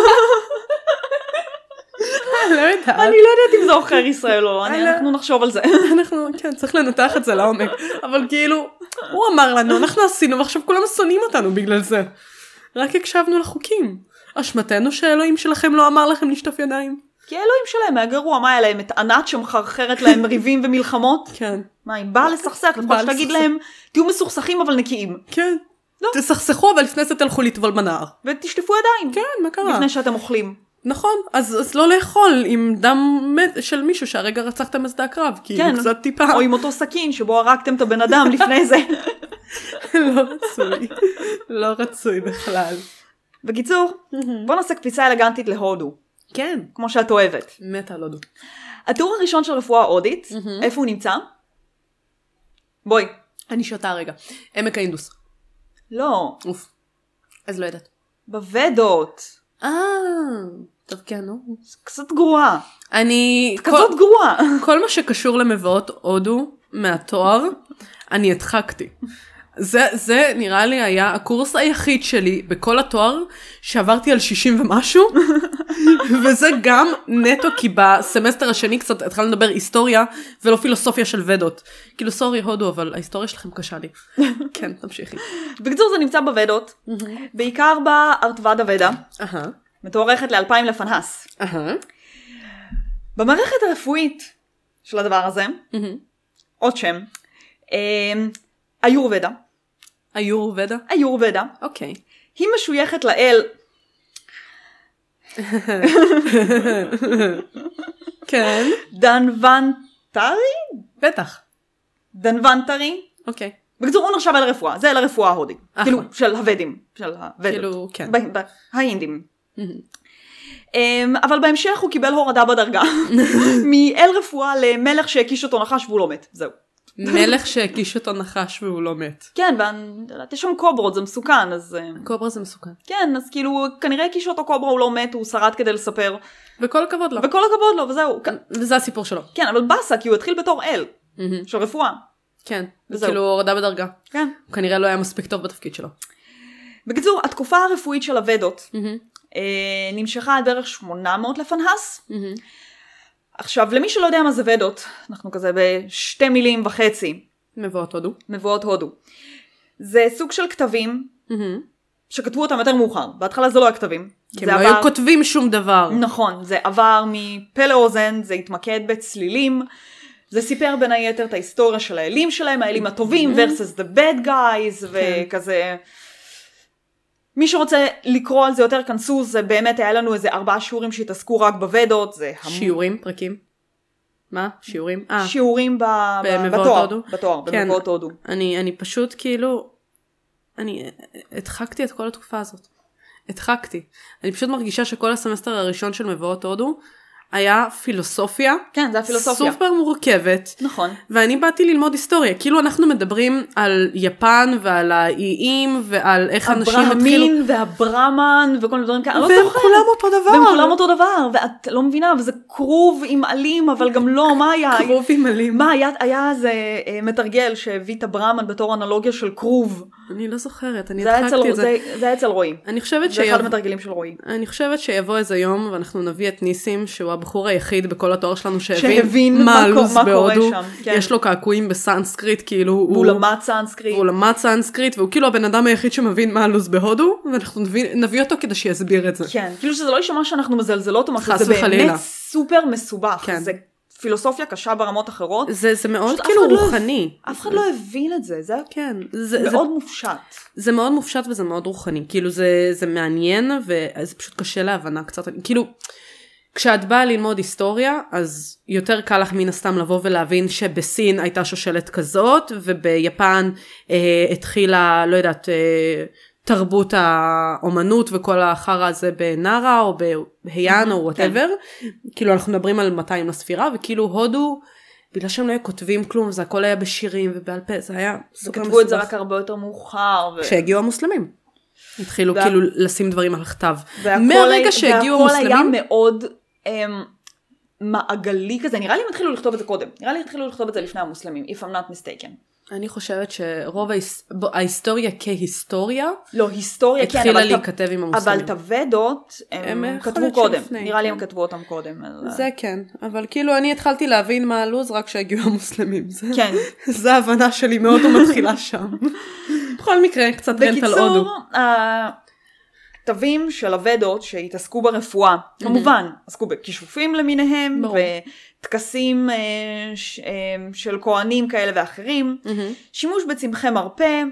לא יודעת.
אני לא יודעת אם זה עוכר ישראל או לא, אני-
אני-
אנחנו נחשוב על זה.
אנחנו, כן, צריך לנתח את זה לעומק. אבל כאילו, הוא אמר לנו, אנחנו עשינו, ועכשיו כולם שונאים אותנו בגלל זה. רק הקשבנו לחוקים. אשמתנו שאלוהים שלכם לא אמר לכם לשטוף ידיים.
כי האלוהים שלהם היה גרוע, מה היה להם? את ענת שמחרחרת להם ריבים ומלחמות?
כן.
מה, היא באה לסכסך, לפחות
באה
שתגיד
לסכסך.
להם, תהיו מסוכסכים אבל נקיים.
כן. תסכסכו, אבל לפני זה תלכו לטבול בנהר.
ותשטפו ידיים.
כן, מה קרה?
לפני שאתם אוכלים.
נכון, אז, אז לא לאכול עם דם מת של מישהו שהרגע רצחתם בשדה הקרב, כי
כן.
כן. הוא קצת טיפה
או עם אותו סכין שבו הרגתם את הבן אדם לפני זה.
לא רצוי, לא רצוי בכלל.
בקיצור, בוא נעשה קפיצה אלגנטית להודו,
כן.
כמו שאת אוהבת.
מתה על הודו.
הטור הראשון של רפואה הודית, איפה הוא נמצא? בואי.
אני שותה רגע. עמק האינדוס.
לא,
אוף. אז לא יודעת.
בוודות.
אה, טוב כן, נו.
קצת גרועה.
אני...
כזאת
כל-
גרועה.
כל מה שקשור למבואות הודו מהתואר, אני הדחקתי. זה, זה נראה לי היה הקורס היחיד שלי בכל התואר שעברתי על 60 ומשהו, וזה גם נטו כי בסמסטר השני קצת התחלנו לדבר היסטוריה ולא פילוסופיה של ודות. כאילו סורי הודו אבל ההיסטוריה שלכם קשה לי. כן, תמשיכי.
בקיצור זה נמצא בוודות, בעיקר בארטוואדה ודה,
אהה,
מתוארכת ל-2000 לפנהס.
אהה.
במערכת הרפואית של הדבר הזה, עוד שם, אמ, היורבדה,
היור ודה?
היורבדה,
אוקיי.
היא משויכת לאל,
כן.
דנוונטרי?
בטח.
דנוונטרי?
אוקיי.
בקיצור הוא נחשב אל הרפואה, זה אל הרפואה ההודית,
אחלה.
כאילו של הוודים, של הוודות,
כאילו, כן.
ב- ב- האינדים. אמ, אבל בהמשך הוא קיבל הורדה בדרגה, מאל רפואה למלך שהקיש אותו נחש והוא לא מת, זהו.
מלך שהקיש אותו נחש והוא לא מת.
כן, ואני יודעת, יש שם קוברות, זה מסוכן, אז אה,
קוברה זה מסוכן.
כן, אז כאילו, כנראה הקיש אותו קוברה, הוא לא מת, הוא שרד כדי לספר,
וכל הכבוד לו.
וכל הכבוד לו, וזהו. כ-
וזה הסיפור שלו.
כן, אבל באסה, כי הוא התחיל בתור אל,
מהמם.
של רפואה.
כן. זה
וזהו.
כאילו הורדה בדרגה.
כן.
הוא כנראה לא היה מספיק טוב בתפקיד שלו.
בקיצור, התקופה הרפואית של הוודות אה, נמשכה עד בערך 800 לפנהס. עכשיו, למי שלא יודע מה זה ודות, אנחנו כזה בשתי מילים וחצי,
מבואות הודו.
מבואות הודו. זה סוג של כתבים שכתבו אותם יותר מאוחר. בהתחלה זה לא היה כתבים.
כי
זה
הם לא
עבר-
היו כותבים שום דבר.
נכון, זה עבר מפה לאוזן, זה התמקד בצלילים, זה סיפר בין היתר את ההיסטוריה של האלים שלהם, האלים הטובים
Mm-hmm.
versus the bad guys,
כן.
וכזה... מי שרוצה לקרוא על זה יותר כנסו, זה באמת היה לנו איזה ארבעה שיעורים שהתעסקו רק בוודות, זה המון
שיעורים, פרקים. מה? שיעורים? אה.
שיעורים ב... ב-
במבואות
אה, בתואר,
הודו?
בתואר,
כן.
במבואות הודו.
אני אני פשוט כאילו... אני אה, הדחקתי את כל התקופה הזאת. הדחקתי. אני פשוט מרגישה שכל הסמסטר הראשון של מבואות הודו היה פילוסופיה.
כן, זה הפילוסופיה.
סופר מורכבת.
נכון.
ואני באתי ללמוד היסטוריה, כאילו אנחנו מדברים על יפן ועל האיים ועל איך אנשים התחילו,
הברהמין והברמן וכל מיני דברים כאלה, אני לא
והם
זוכרת.
כולם אותו דבר,
והם כולם אותו דבר, ואת לא מבינה, וזה כרוב עם עלים, אבל גם לא, מה היה?
כרובים עלים,
מה, היה, היה איזה אה, מתרגל שהביא את הברמן בתור אנלוגיה של כרוב.
אני לא זוכרת, אני
זה היה,
הדחקתי
אצל,
את זה,
זה, זה היה אצל רועי.
אני חושבת
זה אחד
שיבוא,
המתרגלים של רועי.
אני חושבת שיבוא איזה יום ואנחנו נביא את ניסים שהוא הבחור היחיד בכל התואר שלנו
שהבין
שהבין
מה
מה
קו-
הלו"ז
מה קורה
בהודו,
שם, כן.
יש לו קעקועים בסנסקריט כאילו,
והוא למד סנסקריט.
הוא למד סנסקריט והוא כאילו הבן אדם היחיד שמבין מה הלו"ז בהודו ואנחנו נביא- נביא אותו כדי שיסביר את זה.
כן, כאילו שזה לא יישמע שאנחנו מזלזלות או משהו,
חס
זה
וחלילה.
באמת סופר מסובך.
כן.
זה פילוסופיה קשה ברמות אחרות.
זה, זה מאוד
פשוט אף
כאילו
אחד לא-
רוחני.
אף אחד לא הבין את זה, זה היה
כן, זה, זה,
מאוד מופשט.
זה מאוד מופשט וזה מאוד רוחני, כאילו זה, זה מעניין וזה פשוט קשה להבנה קצת, כאילו כשאת באה ללמוד היסטוריה אז יותר קל לך מן הסתם לבוא ולהבין שבסין הייתה שושלת כזאת וביפן אה, התחילה לא יודעת אה, תרבות האומנות וכל החרא הזה בנארה או בהיאן או וואטאבר,
כן.
כאילו אנחנו מדברים על 200 לספירה וכאילו הודו בגלל שהם לא היו כותבים כלום זה הכל היה בשירים ובעל פה זה היה סופר
כתבו את זה
מסובך.
רק הרבה יותר מאוחר. ו-
כשהגיעו המוסלמים. התחילו
וה-
כאילו לשים דברים על הכתב.
והכל
מהרגע
היה-
שהגיעו
והכל היה
המוסלמים,
מאוד אמ, מעגלי כזה, נראה לי הם התחילו לכתוב את זה קודם, נראה לי התחילו לכתוב את זה לפני המוסלמים, if I'm not mistaken.
אני חושבת שרוב ההיס- ב- ההיסטוריה כהיסטוריה
לא, היסטוריה, כן,
התחילה
אבל את-
להיכתב עם
אבל
המוסלמים.
את הוודות,
הם,
הם
יכול
כתבו
להיות
קודם,
שלפני,
נראה לי הם
כן.
כתבו אותם קודם. אז-
זה כן, אבל כאילו אני התחלתי להבין מה הלו"ז רק כשהגיעו המוסלמים. זה-
כן.
זה ההבנה שלי מאוד מתחילה שם. בכל מקרה, קצת רנט על הודו.
בקיצור, אה, הכתבים של הוודות שהתעסקו ברפואה, כמובן, עסקו בכישופים למיניהם,
Mm-hmm. ברור.
טקסים אה, ש, אה, של כהנים כאלה ואחרים,
Mm-hmm.
שימוש בצמחי מרפא,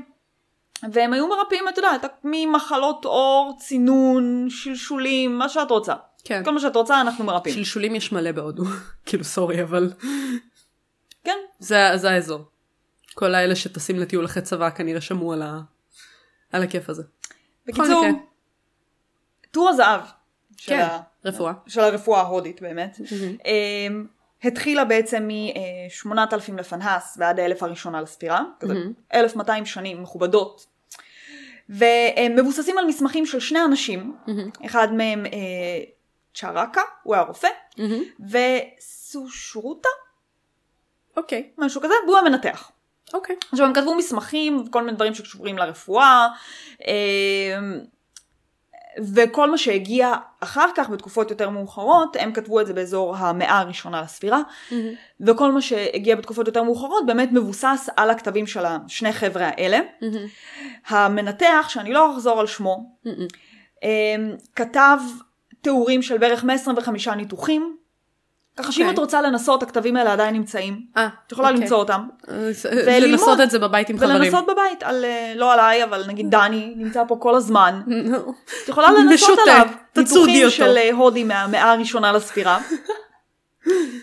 והם היו מרפאים, את יודעת, ממחלות עור, צינון, שלשולים, מה שאת רוצה.
כן.
כל מה שאת רוצה אנחנו מרפאים.
שלשולים יש מלא בהודו. כאילו, סורי, אבל...
כן.
זה, זה האזור. כל האלה שטסים לטיול אחרי צבא כנראה שמעו על, ה... על הכיף הזה.
בקיצור,
מקרה.
טור הזהב של,
כן,
ה...
רפואה.
של הרפואה ההודית באמת, אמ, התחילה בעצם מ-8,000 לפנהס ועד האלף הראשונה לספירה, כזה 1,200 שנים מכובדות. והם מבוססים על מסמכים של שני אנשים, אחד מהם אה, צ'רקה, הוא היה רופא,
Mm-hmm.
וסושרוטה,
אוקיי,
משהו כזה, והוא המנתח.
אוקיי.
עכשיו הם כתבו מסמכים וכל מיני דברים שקשורים לרפואה אה, וכל מה שהגיע אחר כך בתקופות יותר מאוחרות הם כתבו את זה באזור המאה הראשונה לספירה
Mm-hmm.
וכל מה שהגיע בתקופות יותר מאוחרות באמת מבוסס על הכתבים של השני חבר'ה האלה.
Mm-hmm.
המנתח שאני לא אחזור על שמו אה, כתב תיאורים של בערך 125 ניתוחים ככה שאם
אוקיי.
את רוצה לנסות הכתבים האלה עדיין נמצאים
אה,
את יכולה
אוקיי.
למצוא אותם.
אז-
וללמוד.
לנסות את זה בבית עם חברים. Mm.
ולנסות בבית, על, אה, לא עליי, אבל נגיד דני נמצא פה כל הזמן.
נו.
את יכולה לנסות
ושותק,
עליו
תצודי
ניתוחים
אותו.
של אה, הודי מהמאה הראשונה לספירה.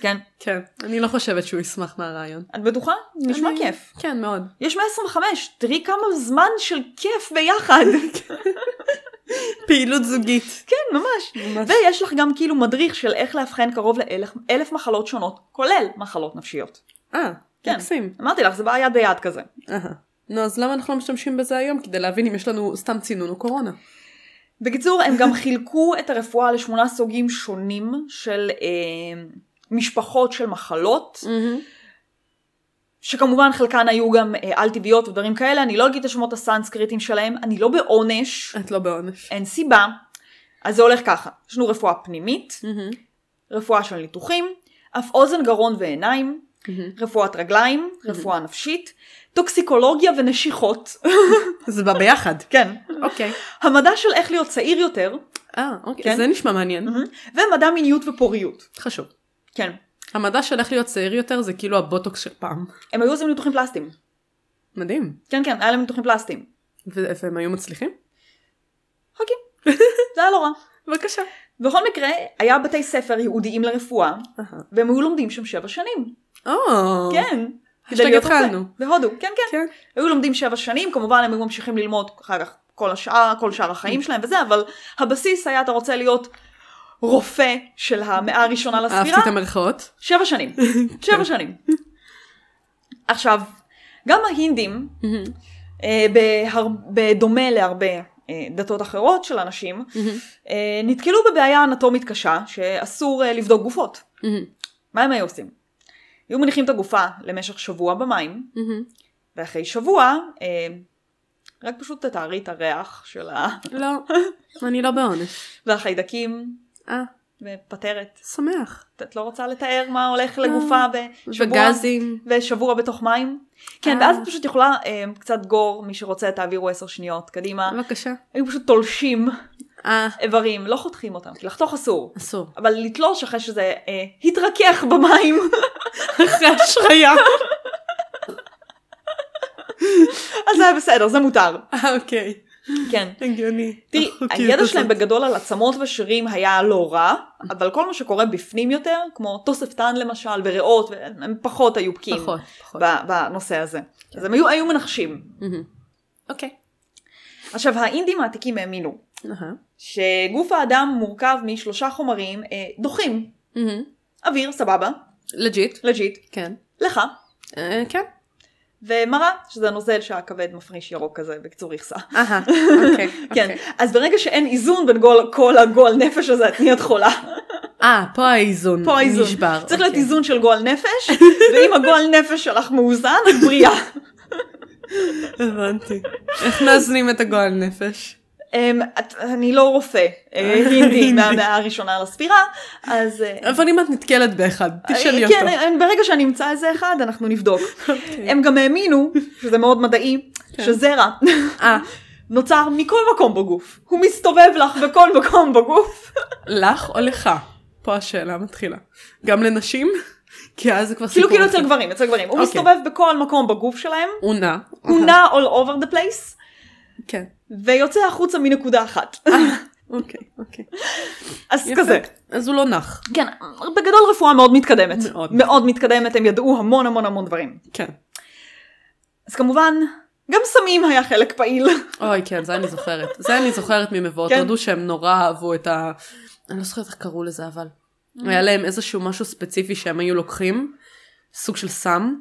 כן.
כן, אני לא חושבת שהוא ישמח מהרעיון.
את בטוחה? נשמע
אני-
כיף.
כן, מאוד.
יש 125, תראי כמה זמן של כיף ביחד.
פעילות זוגית.
כן, ממש. ויש לך גם כאילו מדריך של איך לאבחן קרוב לאלף אלף מחלות שונות, כולל מחלות נפשיות.
אה,
כן.
מקסים.
אמרתי לך, זה בא יד ביד כזה.
אהה. נו, אז למה אנחנו לא משתמשים בזה היום? כדי להבין אם יש לנו סתם צינון או קורונה.
בקיצור, הם גם חילקו את הרפואה לשמונה סוגים שונים של אה, משפחות של מחלות,
Mm-hmm.
שכמובן חלקן היו גם אה, על טבעיות ודברים כאלה, אני לא אגיד את השמות הסנסקריטים שלהם, אני לא בעונש,
את לא בעונש.
אין סיבה. אז זה הולך ככה, יש לנו רפואה פנימית, רפואה של ניתוחים, אף אוזן גרון ועיניים, רפואת רגליים, רפואה נפשית, טוקסיקולוגיה ונשיכות,
זה בא ביחד.
כן,
אוקיי.
המדע של איך להיות צעיר יותר,
אה, אוקיי.
כן.
זה נשמע מעניין.
ומדע מיניות ופוריות,
חשוב.
כן.
המדע שהולך להיות צעיר יותר זה כאילו הבוטוקס של פעם.
הם היו עושים ניתוחים פלסטיים.
מדהים.
כן, כן, היה להם ניתוחים פלסטיים.
ו- והם היו מצליחים?
חכי, זה היה לא רע.
בבקשה.
בכל מקרה, היה בתי ספר ייעודיים לרפואה,
אהה.
והם היו לומדים שם שבע שנים.
או.
כן.
השתגע
רופא.
התחלנו.
בהודו, כן, כן.
כן.
היו לומדים שבע שנים, כמובן הם היו ממשיכים ללמוד אחר כך כל השאר, כל שאר החיים שלהם וזה, אבל הבסיס היה, אתה רוצה להיות רופא של המאה הראשונה
אהבתי
לספירה,
את כן. המרכאות.
שבע שנים. שבע שנים. עכשיו, גם ההינדים, אה, בהר- בדומה להרבה אה, דתות אחרות של אנשים, אה, נתקלו בבעיה אנטומית קשה, שאסור אה, לבדוק גופות. מה הם היו עושים? היו מניחים את הגופה למשך שבוע במים, ואחרי שבוע, אה, רק פשוט תתארי את הריח של ה...
לא, אני לא בעונש.
והחיידקים,
אה,
ופטרת.
שמח.
את לא רוצה לתאר מה הולך לגופה בשבוע?
לא. וגזים.
ושבוע בתוך מים. כן,
אה.
ואז את פשוט יכולה אה, קצת גור, מי שרוצה תעבירו עשר שניות קדימה.
בבקשה.
היו פשוט תולשים
אה,
איברים, לא חותכים אותם, כי לחתוך אסור.
אסור.
אבל לתלוש אחרי שזה אה, התרכך במים,
אחרי אשריה.
אז זה היה בסדר, זה מותר.
אה, אוקיי.
כן.
הגיוני.
תראי,
החוקיות
הידע
הזאת.
שלהם בגדול על עצמות ושרירים היה לא רע, אבל כל מה שקורה בפנים יותר, כמו תוספתן למשל, וריאות, הם פחות היו בקיאים
פחות, פחות. כן.
ב- בנושא הזה. אז הם היו, היו מנחשים.
אוקיי.
עכשיו, האינדים העתיקים האמינו
אהה.
שגוף האדם מורכב משלושה חומרים אה, דוחים. אוויר, סבבה,
לג'יט.
לג'יט,
כן.
לך,
אה, כן.
ומרה, שזה הנוזל שהכבד מפריש ירוק כזה, בקיצור יחסה.
אהה. אוקיי.
כן, אז ברגע שאין איזון בין גול, כל הגועל נפש הזה, את נהיית חולה.
אה, פה האיזון.
פה האיזון.
נשבר.
צריך להיות
אוקיי.
איזון של גועל נפש, ואם הגועל נפש שלך מאוזן, את בריאה.
הבנתי. איך מאזנים את הגועל נפש?
אמ, את- אני לא רופא אה, הינדי מהמאה הראשונה לספירה, אז... אה,
אבל אם את נתקלת באחד, תשאלי אותו. אוקיי.
כן, הם- ברגע שנמצא איזה אחד, אנחנו נבדוק. הם גם האמינו, שזה מאוד מדעי,
כן.
שזרע
אה,
נוצר מכל מקום בגוף. הוא מסתובב לך בכל מקום בגוף.
לך או לך? פה השאלה מתחילה. גם לנשים? כי אז זה כבר
כאילו כאילו
אחר.
אצל גברים, אצל גברים. הוא
אוקיי.
מסתובב בכל מקום בגוף שלהם,
הוא נע.
הוא נע all over the place,
כן.
ויוצא החוצה מנקודה אחת.
אוקיי, אוקיי.
אז
יפה.
כזה.
אז הוא לא נח.
כן, בגדול רפואה מאוד מתקדמת.
מאוד.
מאוד מתקדמת, הם ידעו המון המון המון דברים.
כן.
אז כמובן, גם סמים היה חלק פעיל.
אוי, כן, זה אני זוכרת. זה אני זוכרת ממבואות.
כן.
תודו שהם נורא אהבו את ה... אני לא זוכרת איך קראו לזה, אבל. היה להם איזשהו משהו ספציפי שהם היו לוקחים, סוג של סם,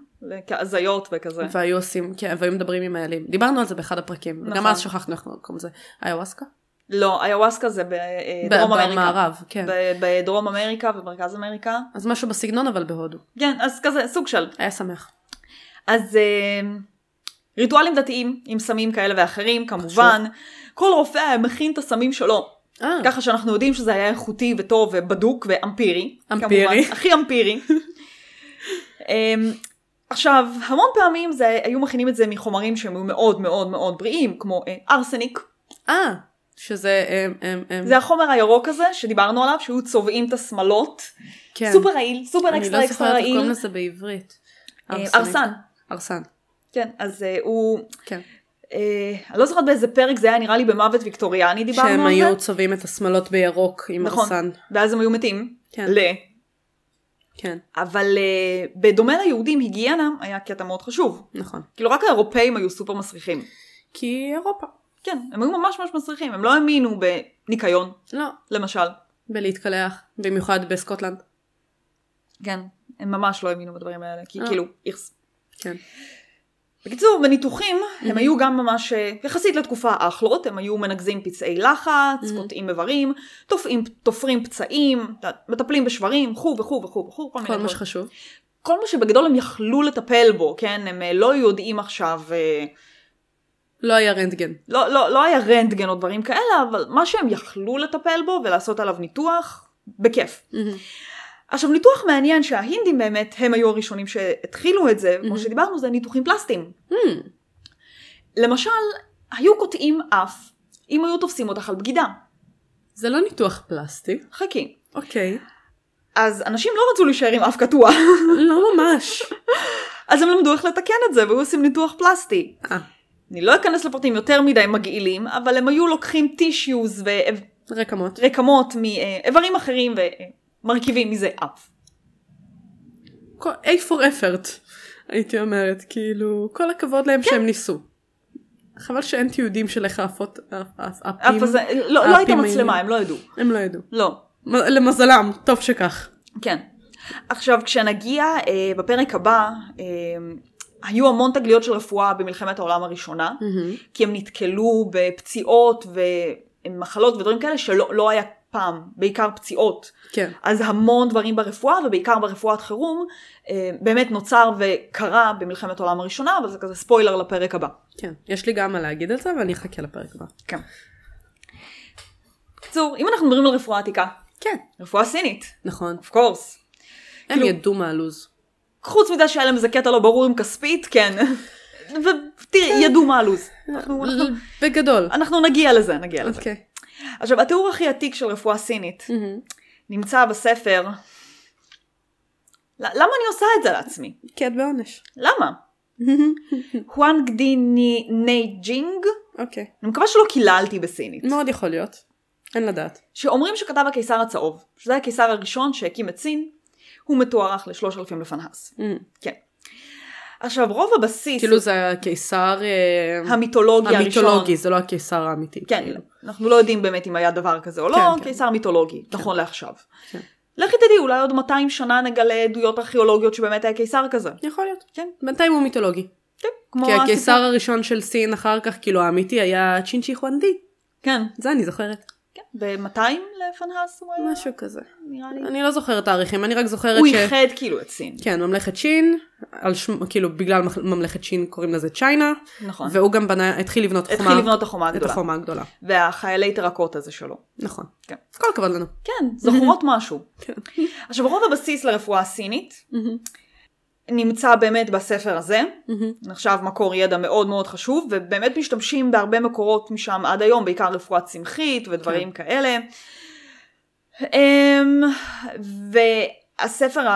כהזיות וכזה.
והיו עושים, כן, והיו מדברים עם האלים. דיברנו על זה באחד הפרקים, וגם
נכון.
אז שכחנו איך קוראים לזה. איוואסקה?
לא, איוואסקה זה בדרום
ב-
אמריקה.
במערב, כן.
ב- בדרום אמריקה ומרכז אמריקה.
אז משהו בסגנון, אבל בהודו.
כן, אז כזה, סוג של.
היה שמח.
אז אה, ריטואלים דתיים עם סמים כאלה ואחרים, כמובן. כל רופא היה מכין את הסמים שלו.
אה,
ככה שאנחנו יודעים שזה היה איכותי וטוב ובדוק ואמפירי.
אמפירי.
כמובן, הכי אמפירי. אמ, עכשיו, המון פעמים זה, היו מכינים את זה מחומרים שהם היו מאוד מאוד מאוד בריאים, כמו אה, ארסניק.
אה, שזה... אמ, אמ, אמ,
זה החומר הירוק הזה שדיברנו עליו, שהוא צובעים את השמלות.
כן.
סופר רעיל, סופר
אני לא
אקסטרה אקסטרה
זוכרת איך קוראים
רעיל.
לזה בעברית.
אה,
ארסניק.
ארסן.
ארסן,
כן, אז אה, הוא...
כן.
אה, אני לא זוכרת באיזה פרק זה היה, נראה לי במוות ויקטוריאני דיברנו על זה.
שהם היו צובעים את השמלות בירוק עם
נכון.
ארסן.
ואז הם היו מתים.
כן.
ל...
כן,
אבל אה, בדומה ליהודים, היגיינה היה קטע מאוד חשוב.
נכון.
כאילו רק האירופאים היו סופר מסריחים.
כי אירופה.
כן, הם היו ממש ממש מסריחים, הם לא האמינו בניקיון,
לא,
למשל.
בלהתקלח. במיוחד בסקוטלנד.
כן. הם ממש לא האמינו בדברים האלה, כי
אה.
כאילו, איכס.
כן.
בקיצור, בניתוחים הם היו גם ממש, אה, יחסית לתקופה האחלות, הם היו מנקזים פצעי לחץ, קוטעים איברים, תופעים- תופרים פצעים, מטפלים בשברים, וכו' וכו' וכו' וכו', כל מיני
כל מה
דברים.
שחשוב.
כל מה שבגדול הם יכלו לטפל בו, כן? הם אה, לא יודעים עכשיו, אה,
לא היה רנטגן.
לא, לא, לא היה רנטגן או דברים כאלה, אבל מה שהם יכלו לטפל בו ולעשות עליו ניתוח, בכיף. עכשיו ניתוח מעניין שההינדים באמת הם היו הראשונים שהתחילו את זה, כמו שדיברנו זה ניתוחים פלסטיים.
Hmm,
למשל, היו קוטעים אף אם היו תופסים אותך על בגידה.
זה לא ניתוח פלסטי.
חכי.
אוקיי.
אז אנשים לא רצו להישאר עם אף קטוע,
לא ממש.
אז הם למדו איך לתקן את זה והיו עושים ניתוח פלסטי.
אה,
אני לא אכנס לפרטים יותר מדי מגעילים, אבל הם היו לוקחים טישיוז
רקמות.
ורקמות מאיברים אה, אחרים ומרכיבים מזה אף.
כל- A for effort, הייתי אומרת, כאילו, כל הכבוד להם שהם ניסו. חבל שאין תיעודים של איך האפות, האפ- האפ- האפים,
אף הזה, לא, לא הייתה
האפים
מצלמה,
היו-
הם לא ידעו.
הם לא ידעו.
לא.
מ- למזלם, טוב שכך.
כן. עכשיו, כשנגיע אה, בפרק הבא, אה, היו המון תגליות של רפואה במלחמת העולם הראשונה, כי הם נתקלו בפציעות ומחלות ודברים כאלה שלא לא היה פעם, בעיקר פציעות.
כן.
אז המון דברים ברפואה, ובעיקר ברפואת חירום, אה, באמת נוצר וקרה במלחמת העולם הראשונה, אבל זה כזה ספוילר לפרק הבא.
כן. יש לי גם מה להגיד על זה, ואני אחכה לפרק הבא.
כן. בקיצור, אם אנחנו מדברים על רפואה עתיקה,
כן.
רפואה סינית,
נכון.
אוף קורס.
הם
כאילו-
ידעו מה הלו"ז.
חוץ מזה שהיה להם איזה קטע לא ברור עם כספית, כן.
כן.
ותראי, ידעו מה הלו"ז. אנחנו- אנחנו-
בגדול.
אנחנו נגיע לזה, נגיע לזה.
אוקיי.
עכשיו, התיאור הכי עתיק של רפואה סינית
מהמם.
נמצא בספר... ל- למה אני עושה את זה לעצמי?
כן, בעונש.
למה? הואנג די ני- ני ג'ינג,
אוקיי.
אני מקווה שלא קיללתי בסינית,
מאוד יכול להיות. אין לדעת.
שאומרים שכתב הקיסר הצהוב, שזה הקיסר הראשון שהקים את סין, הוא מתוארך לשלוש אלפים לפנהס.
מהמם.
כן. עכשיו, רוב הבסיס
כאילו זה הקיסר אה,
המיתולוגי הראשון,
המיתולוגי, זה לא הקיסר האמיתי.
כן,
כאילו.
אנחנו לא יודעים באמת אם היה דבר כזה או לא,
כן, כן.
קיסר מיתולוגי, נכון לעכשיו.
כן.
לכי תדעי, אולי עוד 200 שנה נגלה עדויות ארכיאולוגיות שבאמת היה קיסר כזה.
יכול להיות.
כן.
בינתיים הוא מיתולוגי.
כן, כמו
כי הקיסר
הסיפור-
הראשון של סין אחר כך, כאילו האמיתי, היה צ'ינצ'י חואנדי.
כן,
זה אני זוכרת.
כן, ב-200 לפנהס הוא היה,
משהו כזה.
נראה לי.
אני לא זוכרת תאריכים, אני רק זוכרת
הוא
ש...
איחד כאילו את סין.
כן, ממלכת שין, על שמ- כאילו בגלל מח- ממלכת שין קוראים לזה צ'יינה,
נכון.
והוא גם בנה, התחיל לבנות חומה,
התחיל לבנות את החומה
את
הגדולה.
החומה הגדולה.
והחיילי טרקוטה זה שלו.
נכון.
כן.
כל הכבוד לנו.
כן, זוכרות משהו.
כן.
עכשיו, רוב הבסיס לרפואה הסינית נמצא באמת בספר הזה, נחשב מקור ידע מאוד מאוד חשוב, ובאמת משתמשים בהרבה מקורות משם עד היום, בעיקר רפואה צמחית ודברים כן. כאלה. Um, והספר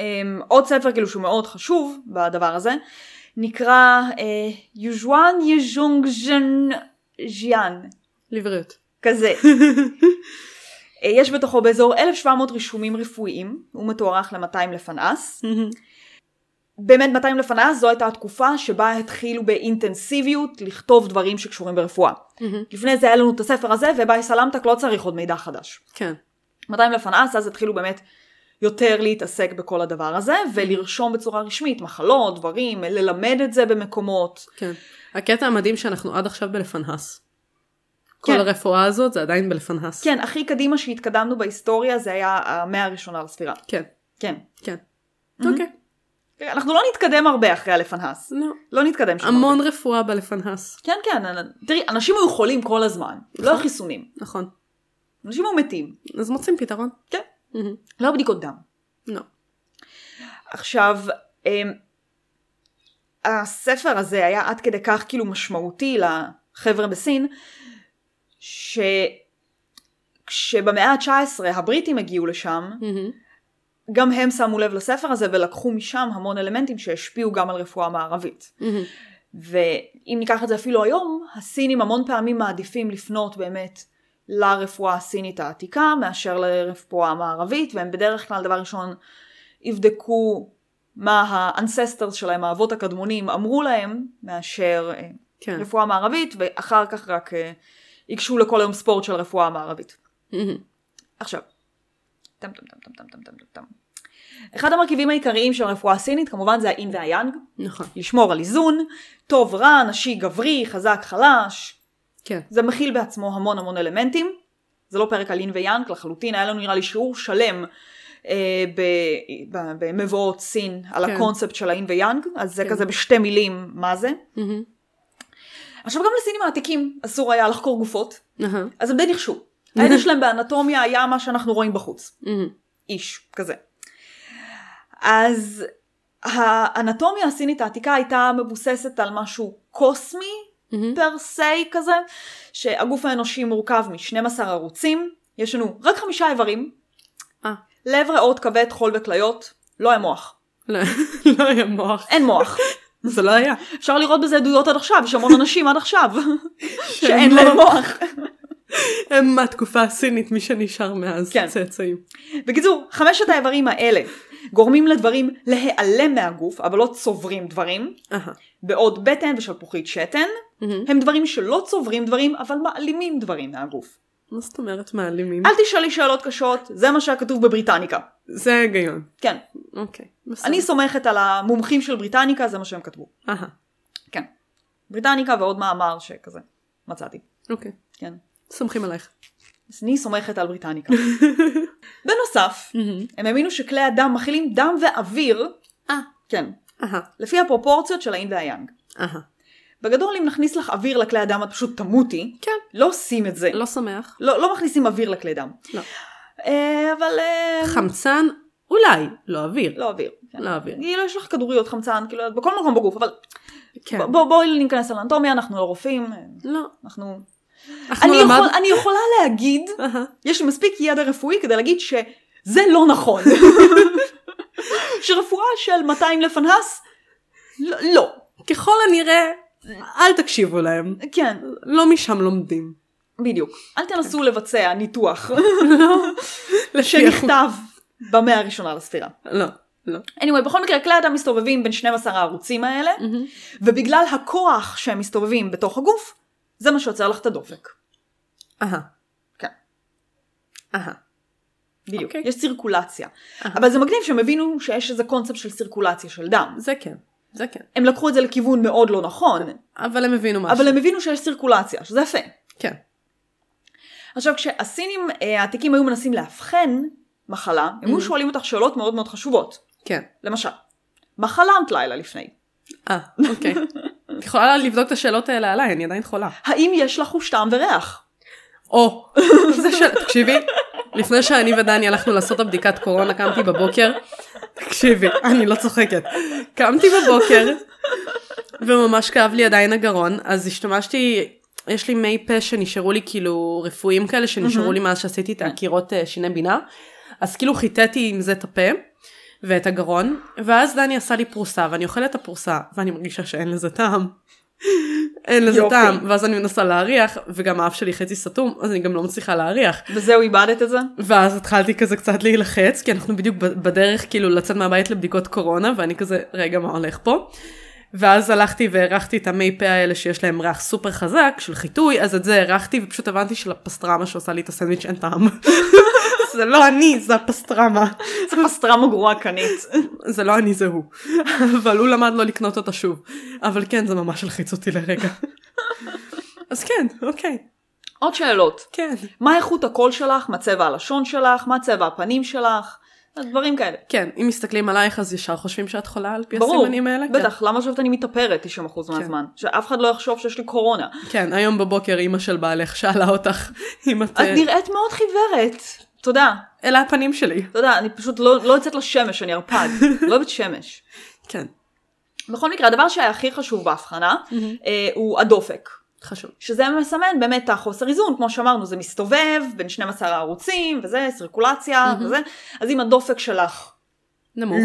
אמ, עוד ספר כאילו שהוא מאוד חשוב בדבר הזה, נקרא אה, יוז'ואן יז'ונג ז'ן ז'יאן,
לבריות.
כזה. אה, יש בתוכו באזור 1,700 רישומים רפואיים, הוא מתוארך ל-200 לפנאס. באמת 200 לפנאס זו הייתה התקופה שבה התחילו באינטנסיביות לכתוב דברים שקשורים ברפואה. לפני זה היה לנו את הספר הזה, וביי סלמתק לא צריך עוד מידע חדש.
כן.
200 לפנאס, אז התחילו באמת יותר להתעסק בכל הדבר הזה, ולרשום בצורה רשמית מחלות, דברים, ללמד את זה במקומות.
כן. הקטע המדהים שאנחנו עד עכשיו בלפנהס. כל
כן.
הרפואה הזאת זה עדיין בלפנהס.
כן, הכי קדימה שהתקדמנו בהיסטוריה זה היה המאה הראשונה לספירה.
כן.
כן.
כן. אוקיי.
אנחנו לא נתקדם הרבה אחרי הלפנהס.
לא.
לא נתקדם שם.
המון רפואה בלפנהס.
כן, כן. תראי, אנשים היו חולים כל הזמן. לא
נכון.
חיסונים.
נכון.
אנשים היו מתים.
אז מוצאים פתרון.
כן.
מהמם.
לא בדיקות דם.
לא.
עכשיו, אמ, הספר הזה היה עד כדי כך כאילו משמעותי לחבר'ה בסין, שכשבמאה ה-19 הבריטים הגיעו לשם,
מהמם.
גם הם שמו לב לספר הזה ולקחו משם המון אלמנטים שהשפיעו גם על רפואה מערבית.
מהמם.
ואם ניקח את זה אפילו היום, הסינים המון פעמים מעדיפים לפנות באמת לרפואה הסינית העתיקה מאשר לרפואה המערבית, והם בדרך כלל דבר ראשון יבדקו מה האנססטרס שלהם, האבות הקדמונים, אמרו להם, מאשר אה,
כן.
רפואה מערבית, ואחר כך רק אה, ייגשו לכל היום ספורט של רפואה מערבית.
מהמם.
עכשיו, טם טם טם טם טם טם טם טם טם. אחד המרכיבים העיקריים של הרפואה הסינית כמובן זה האין והיאנג,
נכון.
לשמור על איזון, טוב רע, נשי גברי, חזק חלש,
כן.
זה מכיל בעצמו המון המון אלמנטים. זה לא פרק על אין ויאנג לחלוטין, היה לנו נראה לי שיעור שלם אה, ב- ב- במבואות סין על
כן.
הקונספט של האין ויאנג, אז זה
כן.
כזה בשתי מילים מה זה.
מהמם.
עכשיו גם לסינים העתיקים אסור היה לחקור גופות,
אהה.
אז הם די ניחשו. הידע שלהם באנטומיה היה מה שאנחנו רואים בחוץ.
מהמם.
איש כזה. אז האנטומיה הסינית העתיקה הייתה מבוססת על משהו קוסמי
מהמם.
פר סי כזה, שהגוף האנושי מורכב מ-12 ערוצים, יש לנו רק חמישה איברים,
אה.
לב, ריאות, כבד, חול וכליות, לא היה מוח.
לא לא היה מוח.
אין מוח.
זה לא היה.
אפשר לראות בזה עדויות עד עכשיו, יש המון אנשים עד עכשיו, שאין להם מוח.
לא- הם מהתקופה הסינית, מי שנשאר מאז
כן.
צאצאים.
בקיצור, חמשת האיברים האלה גורמים לדברים להיעלם מהגוף, אבל לא צוברים דברים,
אהה.
בעוד בטן ושלפוחית שתן,
מהמם.
הם דברים שלא צוברים דברים, אבל מעלימים דברים מהגוף.
מה זאת אומרת מעלימים?
אל תשאלי שאלות קשות, זה מה שהיה כתוב בבריטניקה.
זה ההיגיון.
כן,
אוקיי. בסדר.
אני סומכת על המומחים של בריטניקה, זה מה שהם כתבו.
אהה.
כן. בריטניקה ועוד מאמר שכזה, מצאתי.
אוקיי.
כן.
סומכים עלייך.
אז אני סומכת על בריטניקה. בנוסף,
מהמם.
הם האמינו שכלי הדם מכילים דם ואוויר,
אה.
כן,
אהה.
לפי הפרופורציות של האין והיאנג.
אהה.
בגדול, אם נכניס לך אוויר לכלי הדם, את פשוט תמותי.
כן.
לא עושים את זה.
לא שמח.
לא, לא מכניסים אוויר לכלי דם.
לא.
אה, אבל...
כן.
אה,
חמצן, אולי. לא אוויר.
לא אוויר. כן.
לא אוויר.
כאילו יש לך כדוריות חמצן, כאילו את בכל מקום בגוף, אבל
כן.
ב- בוא- בואי ניכנס לאנטומיה, אנחנו לא רופאים, אה,
לא.
אנחנו...
אנחנו
אני,
למד-
יכול, אני יכולה להגיד,
אהה.
יש לי מספיק ידע רפואי כדי להגיד שזה לא נכון. שרפואה של 200 לפנהס, לא, לא.
ככל הנראה, אל תקשיבו להם.
כן,
לא משם לומדים.
בדיוק. אל תנסו לבצע ניתוח
כן. לא. לפי החוק.
שנכתב במאה הראשונה לספירה.
לא. לא.
anyway, בכל מקרה, כלי הדם מסתובבים בין 12 הערוצים האלה,
מהמם.
ובגלל הכוח שהם מסתובבים בתוך הגוף, זה מה שעוצר לך את הדופק.
אהה.
כן.
אהה.
בדיוק. Okay.
אוקיי.
יש צירקולציה. Uh-huh.
אהה.
אבל זה מגניב שהם הבינו שיש איזה קונספט של צירקולציה של דם.
זה כן. זה כן.
הם לקחו את זה לכיוון מאוד לא נכון,
אבל הם הבינו משהו.
אבל הם הבינו שיש צירקולציה, שזה יפה.
כן.
עכשיו, כשהסינים אה, העתיקים היו מנסים לאבחן מחלה, הם היו שואלים אותך שאלות מאוד מאוד חשובות.
כן.
למשל, מה חלמת לילה לפני?
אה, אוקיי. את יכולה לבדוק את השאלות האלה עליי, אני עדיין חולה.
האם יש לך חוש טעם וריח?
או, זה של... תקשיבי, לפני שאני ודני הלכנו לעשות את הבדיקת קורונה, קמתי בבוקר, תקשיבי, אני לא צוחקת. קמתי בבוקר, וממש כאב לי עדיין הגרון, אז השתמשתי, יש לי מי פה שנשארו לי כאילו רפואיים כאלה, שנשארו לי מאז שעשיתי את הקירות אה, שיני בינה, אז כאילו חיטאתי עם זה את הפה. ואת הגרון, ואז דני עשה לי פרוסה, ואני אוכלת את הפרוסה, ואני מרגישה שאין לזה טעם. אין לזה
יופי.
טעם, ואז אני מנסה להריח, וגם האף שלי חצי סתום, אז אני גם לא מצליחה להריח.
וזהו, איבדת את זה?
ואז התחלתי כזה קצת להילחץ, כי אנחנו בדיוק ב- בדרך כאילו לצאת מהבית לבדיקות קורונה, ואני כזה, רגע, מה הולך פה? ואז הלכתי והארכתי את המי פה האלה שיש להם ריח סופר חזק של חיטוי, אז את זה הארכתי ופשוט הבנתי שלפסטרמה שעושה לי את הסנדוויץ' אין טעם. זה לא אני, זה הפסטרמה.
זה פסטרמה גרועה קנית.
זה לא אני, זה הוא. אבל הוא למד לא לקנות אותה שוב. אבל כן, זה ממש הלחיץ אותי לרגע. אז כן, אוקיי,
עוד שאלות.
כן.
מה איכות הקול שלך? מה צבע הלשון שלך? מה צבע הפנים שלך? דברים כאלה.
כן, אם מסתכלים עלייך אז ישר חושבים שאת חולה על פי
ברור,
הסימנים האלה? כן.
בטח, למה חושבת אני מתאפרת 90% מהזמן? שאף אחד לא יחשוב שיש לי קורונה.
כן, היום בבוקר אימא של בעלך שאלה אותך אם את... אה,
את נראית מאוד חיוורת. תודה.
אלה הפנים שלי.
תודה, אני פשוט לא לא יוצאת לשמש, אני ערפד. לא אוהבת שמש.
כן,
בכל מקרה, הדבר שהיה הכי חשוב בהבחנה
Mm-hmm.
אה, הוא הדופק.
חשוב.
שזה מסמן באמת את החוסר איזון, כמו שאמרנו, זה מסתובב בין 12 הערוצים, וזה, סירקולציה,
מהמם.
וזה. אז אם הדופק שלך
נמוך.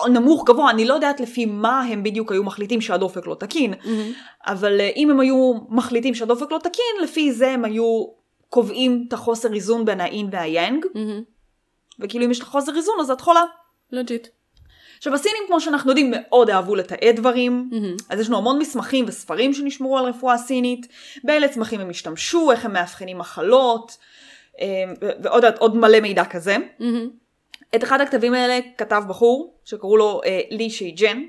לא- נמוך גבוה, אני לא יודעת לפי מה הם בדיוק היו מחליטים שהדופק לא תקין,
מהמם.
אבל אה, אם הם היו מחליטים שהדופק לא תקין, לפי זה הם היו קובעים את החוסר איזון בין האין והיאנג,
מהמם.
וכאילו אם יש לך חוסר איזון אז את חולה.
לוג'יט.
עכשיו הסינים כמו שאנחנו יודעים מאוד אהבו לתעד דברים,
מהמם.
אז יש לנו המון מסמכים וספרים שנשמרו על רפואה סינית, באילו צמחים הם השתמשו, איך הם מאבחנים מחלות, אה, ו- ועוד עוד מלא מידע כזה.
מהמם.
את אחד הכתבים האלה כתב בחור שקראו לו אה, לי שייג'ן.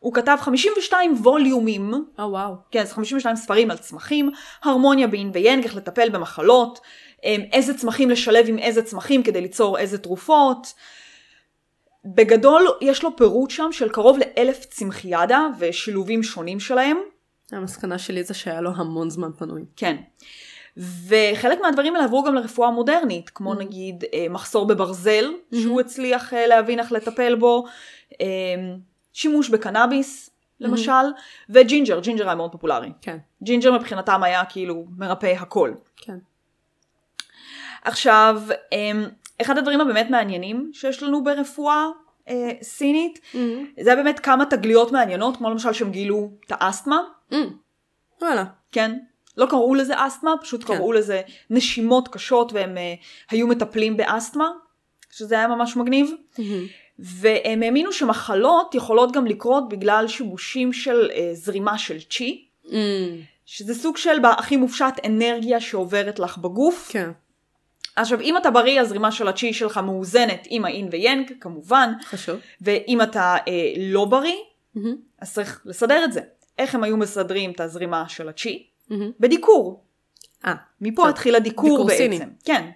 הוא כתב 52 ווליומים,
אה וואו.
כן, אז 52 ספרים על צמחים, הרמוניה באין ויאנג, איך לטפל במחלות, אה, איזה צמחים לשלב עם איזה צמחים כדי ליצור איזה תרופות. בגדול יש לו פירוט שם של קרוב לאלף צמחיאדה ושילובים שונים שלהם.
המסקנה שלי זה שהיה לו המון זמן פנוי.
כן. וחלק מהדברים האלה עברו גם לרפואה מודרנית, כמו
Mhm.
נגיד אה, מחסור בברזל,
Mhm.
שהוא הצליח אה, להבין איך לטפל בו, אה, שימוש בקנאביס, למשל, וג'ינג'ר, ג'ינג'ר היה מאוד פופולרי.
כן,
ג'ינג'ר מבחינתם היה כאילו מרפא הכל.
כן.
עכשיו, אמ, אחד הדברים הבאמת מעניינים שיש לנו ברפואה אה, סינית, זה היה באמת כמה תגליות מעניינות, כמו למשל שהם גילו את האסתמה,
מהמם. וואלה.
כן? לא קראו לזה אסתמה, פשוט
כן.
קראו לזה נשימות קשות והם אה, היו מטפלים באסתמה, שזה היה ממש מגניב.
מהמם.
והם האמינו שמחלות יכולות גם לקרות בגלל שיבושים של אה, זרימה של צ'י,
מהמם.
שזה סוג של הכי מופשט אנרגיה שעוברת לך בגוף.
כן,
עכשיו, אם אתה בריא, הזרימה של הצ'י שלך מאוזנת עם האין ויאנג, כמובן,
חשוב.
ואם אתה אה, לא בריא,
מהמם.
אז צריך לסדר את זה. איך הם היו מסדרים את הזרימה של הצ'י?
מהמם.
בדיקור.
אה,
מפה
טוב.
התחיל הדיקור
דיקור
בעצם.
סיני.
כן.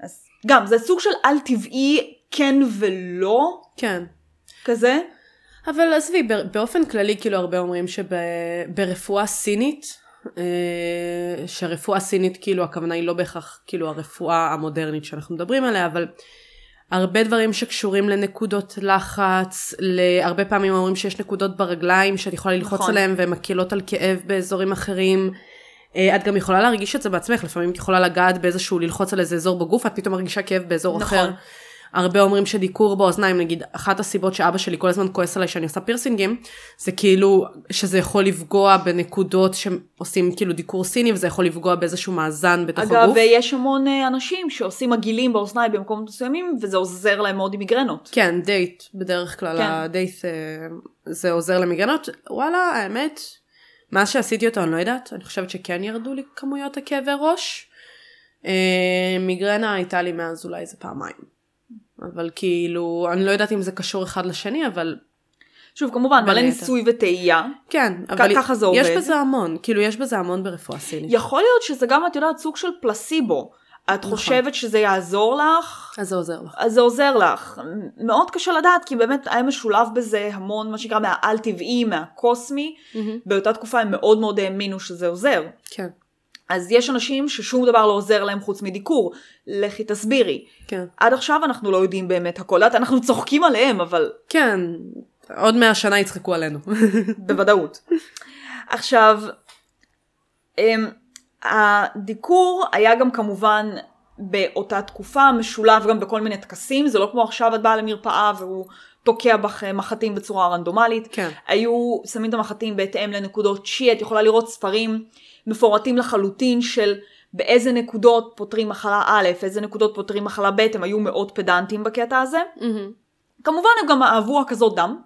אז גם, זה סוג של על-טבעי כן ולא
כן.
כזה.
אבל עזבי, ב- באופן כללי כאילו הרבה אומרים שברפואה סינית, אה, שהרפואה הסינית כאילו הכוונה היא לא בהכרח כאילו הרפואה המודרנית שאנחנו מדברים עליה, אבל הרבה דברים שקשורים לנקודות לחץ, ל- הרבה פעמים אומרים שיש נקודות ברגליים שאת יכולה ללחוץ
נכון.
עליהן והן מקלות על כאב באזורים אחרים. אה, את גם יכולה להרגיש את זה בעצמך, לפעמים את יכולה לגעת באיזשהו, ללחוץ על איזה אזור בגוף, את פתאום מרגישה כאב באזור
נכון.
אחר. הרבה אומרים שדיקור באוזניים, נגיד, אחת הסיבות שאבא שלי כל הזמן כועס עליי שאני עושה פירסינגים, זה כאילו שזה יכול לפגוע בנקודות שעושים כאילו דיקור סיני, וזה יכול לפגוע באיזשהו מאזן בתוך
אגב,
הגוף.
יש המון אה, אנשים שעושים עגילים באוזניים במקומות מסוימים, וזה עוזר להם מאוד עם מיגרנות.
כן, דייט, בדרך כלל
כן.
הדייט אה, זה עוזר למיגרנות. וואלה, האמת, מאז שעשיתי אותו אני לא יודעת, אני חושבת שכן ירדו לי כמויות הכאבי ראש. אה, מיגרנה הייתה לי מאז אולי איזה פעמיים. אבל כאילו, אני לא יודעת אם זה קשור אחד לשני, אבל
שוב, כמובן,
בין
מלא
היתר.
יש וטעייה.
כן, אבל
ככה זה
יש
עובד.
בזה המון, כאילו יש בזה המון ברפואה סינית.
יכול להיות שזה גם, את יודעת, סוג של פלסיבו. את
נכון.
חושבת שזה יעזור לך,
אז זה עוזר לך.
אז זה עוזר לך. מאוד קשה לדעת, כי באמת היה משולב בזה המון, מה שנקרא, מהעל-טבעי, מהקוסמי. באותה תקופה הם מאוד מאוד האמינו שזה עוזר.
כן,
אז יש אנשים ששום דבר לא עוזר להם חוץ מדיקור. לכי תסבירי.
כן.
עד עכשיו אנחנו לא יודעים באמת הכל, את- אנחנו צוחקים עליהם, אבל
כן, עוד מאה שנה יצחקו עלינו.
בוודאות. עכשיו, אמ, הדיקור היה גם כמובן באותה תקופה משולב גם בכל מיני טקסים, זה לא כמו עכשיו את באה למרפאה והוא תוקע בך אה, מחטים בצורה רנדומלית.
כן.
היו שמים את המחטים בהתאם לנקודות שיעי, את יכולה לראות ספרים מפורטים לחלוטין של באיזה נקודות פותרים מחלה א', איזה נקודות פותרים מחלה ב', הם היו מאוד פדנטים בקטע הזה.
מהמם.
כמובן הם גם אהבו הקזות דם,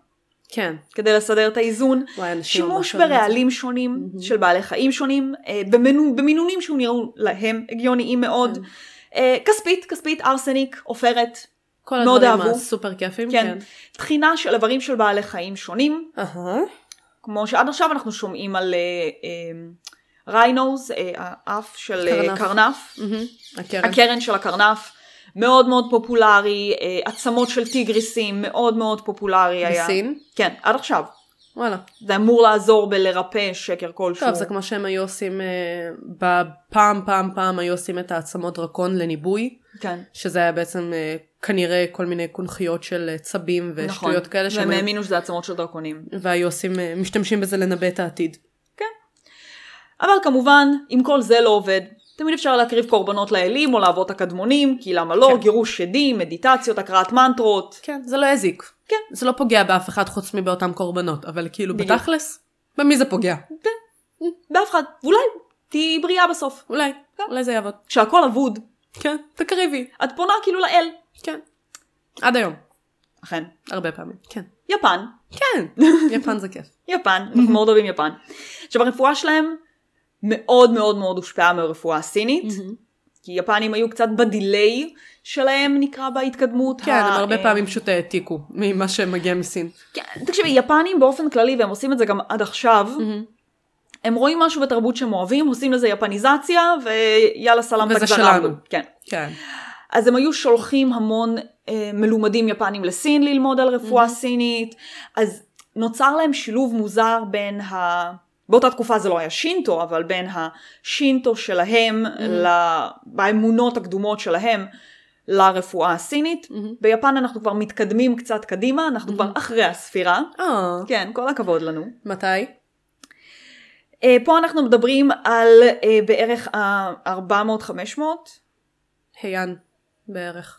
כן.
כדי לסדר את האיזון.
וואי, אנשים ממש
שימוש
אוהבים את זה.
ברעלים שונים של בעלי חיים שונים, אה, במנו- במינונים שהוא נראו להם הגיוניים מאוד.
כן.
אה, כספית, כספית, ארסניק, עופרת,
כל
מאוד
הדברים
אהבו.
הסופר כיפים,
כן.
כן.
תחינה של איברים של בעלי חיים שונים,
אהה.
כמו שעד עכשיו אנחנו שומעים על אה, אה, ריינוז, אה, האף של אה,
קרנף.
קרנף,
מהמם. Mm-hmm. הקרן.
הקרן של הקרנף, מאוד מאוד פופולרי, אה, עצמות של טיגריסים, מאוד מאוד פופולרי היה.
בסין?
כן, עד עכשיו.
וואלה.
זה אמור לעזור בלרפא שקר כלשהו.
טוב, זה כמו שהם היו עושים, אה, בפעם פעם פעם היו עושים את העצמות דרקון לניבוי,
כן.
שזה היה בעצם אה, כנראה כל מיני קונכיות של אה, צבים ושטויות כאלה, שהם
נכון. והם
היו-
האמינו שזה עצמות של דרקונים.
והיו עושים, אה, משתמשים בזה לנבא את העתיד.
אבל כמובן, אם כל זה לא עובד, תמיד אפשר להקריב קורבנות לאלים או לאבות הקדמונים, כי למה לא,
כן.
גירוש שדים, מדיטציות, הקראת מנטרות.
כן, זה לא יזיק.
כן.
זה לא פוגע באף אחד חוץ מבאותם קורבנות, אבל כאילו
בדיוק.
בתכלס, במי זה פוגע?
באף אחד, ואולי תהיי בריאה בסוף.
אולי, אולי זה יעבוד.
כשהכל אבוד,
כן, תקריבי.
את פונה כאילו לאל.
כן. עד היום,
אכן.
הרבה פעמים. כן.
יפן,
כן, יפן זה כיף.
יפן, אנחנו מאוד אוהבים יפן. עכשיו הרפואה שלהם מאוד מאוד מאוד הושפעה מהרפואה הסינית, כי יפנים היו קצת בדיליי שלהם נקרא בהתקדמות.
כן,
ה-
הם הרבה
אה,
פעמים פשוט העתיקו ממה שמגיע מסין.
כן, תקשיבי, יפנים באופן כללי, והם עושים את זה גם עד עכשיו, הם רואים משהו בתרבות שהם אוהבים, עושים לזה יפניזציה, ויאללה סלאם
וזה
תגזרנו.
שלנו.
כן.
כן.
אז הם היו שולחים המון אה, מלומדים יפנים לסין ללמוד על רפואה mm-hmm. סינית, אז נוצר להם שילוב מוזר בין ה... באותה תקופה זה לא היה שינטו, אבל בין השינטו שלהם, mm-hmm. ל... באמונות הקדומות שלהם, לרפואה הסינית. Mm-hmm. ביפן אנחנו כבר מתקדמים קצת קדימה, אנחנו mm-hmm. כבר אחרי הספירה.
אה,
כן, כל הכבוד לנו.
מתי?
אה, פה אנחנו מדברים על אה, בערך ה-400-500,
היאן בערך.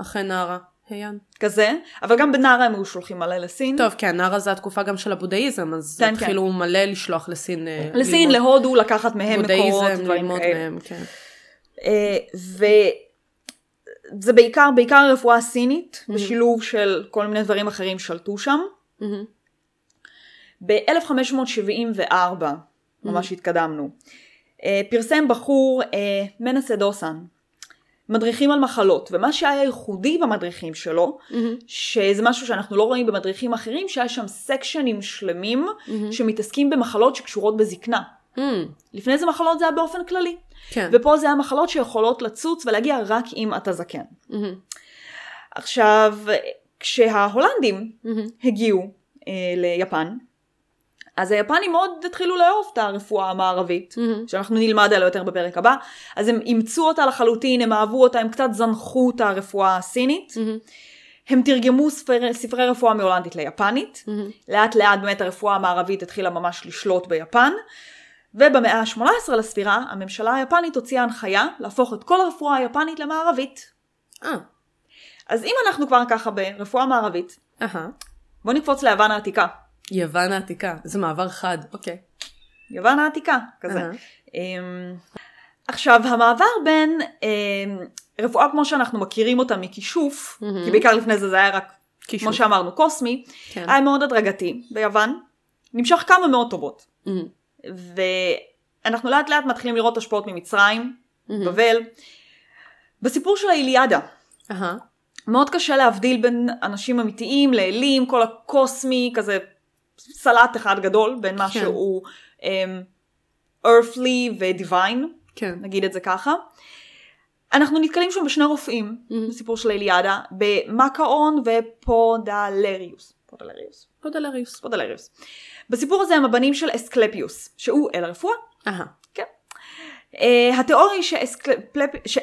אחרי נערה. היאן.
כזה, אבל גם בנערה הם היו שולחים מלא לסין.
טוב, כן, נערה זה התקופה גם של הבודהיזם, אז
כן,
התחילו מלא לשלוח לסין. אה,
לסין,
ללמוד
להודו, לקחת מהם מקורות,
בודהיזם,
דברים
ללמוד
כאלה.
מהם, כן.
אה, וזה בעיקר, בעיקר הרפואה הסינית, בשילוב של כל מיני דברים אחרים שלטו שם.
מהמם.
ב-1574 ממש התקדמנו. אה, פרסם בחור אה, מנסה דוסן, מדריכים על מחלות, ומה שהיה ייחודי במדריכים שלו, שזה משהו שאנחנו לא רואים במדריכים אחרים, שהיה שם סקשנים שלמים שמתעסקים במחלות שקשורות בזקנה.
Mm,
לפני זה מחלות זה היה באופן כללי.
כן.
ופה זה המחלות שיכולות לצוץ ולהגיע רק אם אתה זקן.
מהמם.
עכשיו, כשההולנדים
מהמם.
הגיעו אה, ליפן, אז היפנים מאוד התחילו לאהוב את הרפואה המערבית,
מהמם.
שאנחנו נלמד עליה יותר בפרק הבא, אז הם אימצו אותה לחלוטין, הם אהבו אותה, הם קצת זנחו את הרפואה הסינית.
מהמם.
הם תרגמו ספרי, ספרי רפואה מהולנדית ליפנית,
מהמם.
לאט לאט באמת הרפואה המערבית התחילה ממש לשלוט ביפן, ובמאה ה-18 לספירה הממשלה היפנית הוציאה הנחיה להפוך את כל הרפואה היפנית למערבית.
אה,
אז אם אנחנו כבר ככה ברפואה מערבית,
אהה.
בואו נקפוץ ליוון העתיקה.
יוון העתיקה, זה מעבר חד, אוקיי.
יוון העתיקה, כזה.
אהה.
אמ, עכשיו, המעבר בין אמ, רפואה כמו שאנחנו מכירים אותה מכישוף,
מהמם.
כי בעיקר לפני זה זה היה רק,
כישוף.
כמו שאמרנו, קוסמי,
כן.
היה מאוד הדרגתי ביוון, נמשך כמה מאות טובות.
מהמם.
ואנחנו לאט לאט מתחילים לראות השפעות ממצרים,
מהמם.
בבל. בסיפור של האיליאדה,
אהה.
מאוד קשה להבדיל בין אנשים אמיתיים לאלים, כל הקוסמי, כזה סלט אחד גדול בין מה
כן.
שהוא um, earthly ודיוויין,
כן.
נגיד את זה ככה. אנחנו נתקלים שם בשני רופאים,
Mhm.
בסיפור של האיליאדה, במקאון ופודלריוס. פודלריוס?
פודלריוס.
פודלריוס. בסיפור הזה הם הבנים של אסקלפיוס, שהוא אל הרפואה.
אהה.
Uh, התיאוריה היא שאסקלפ-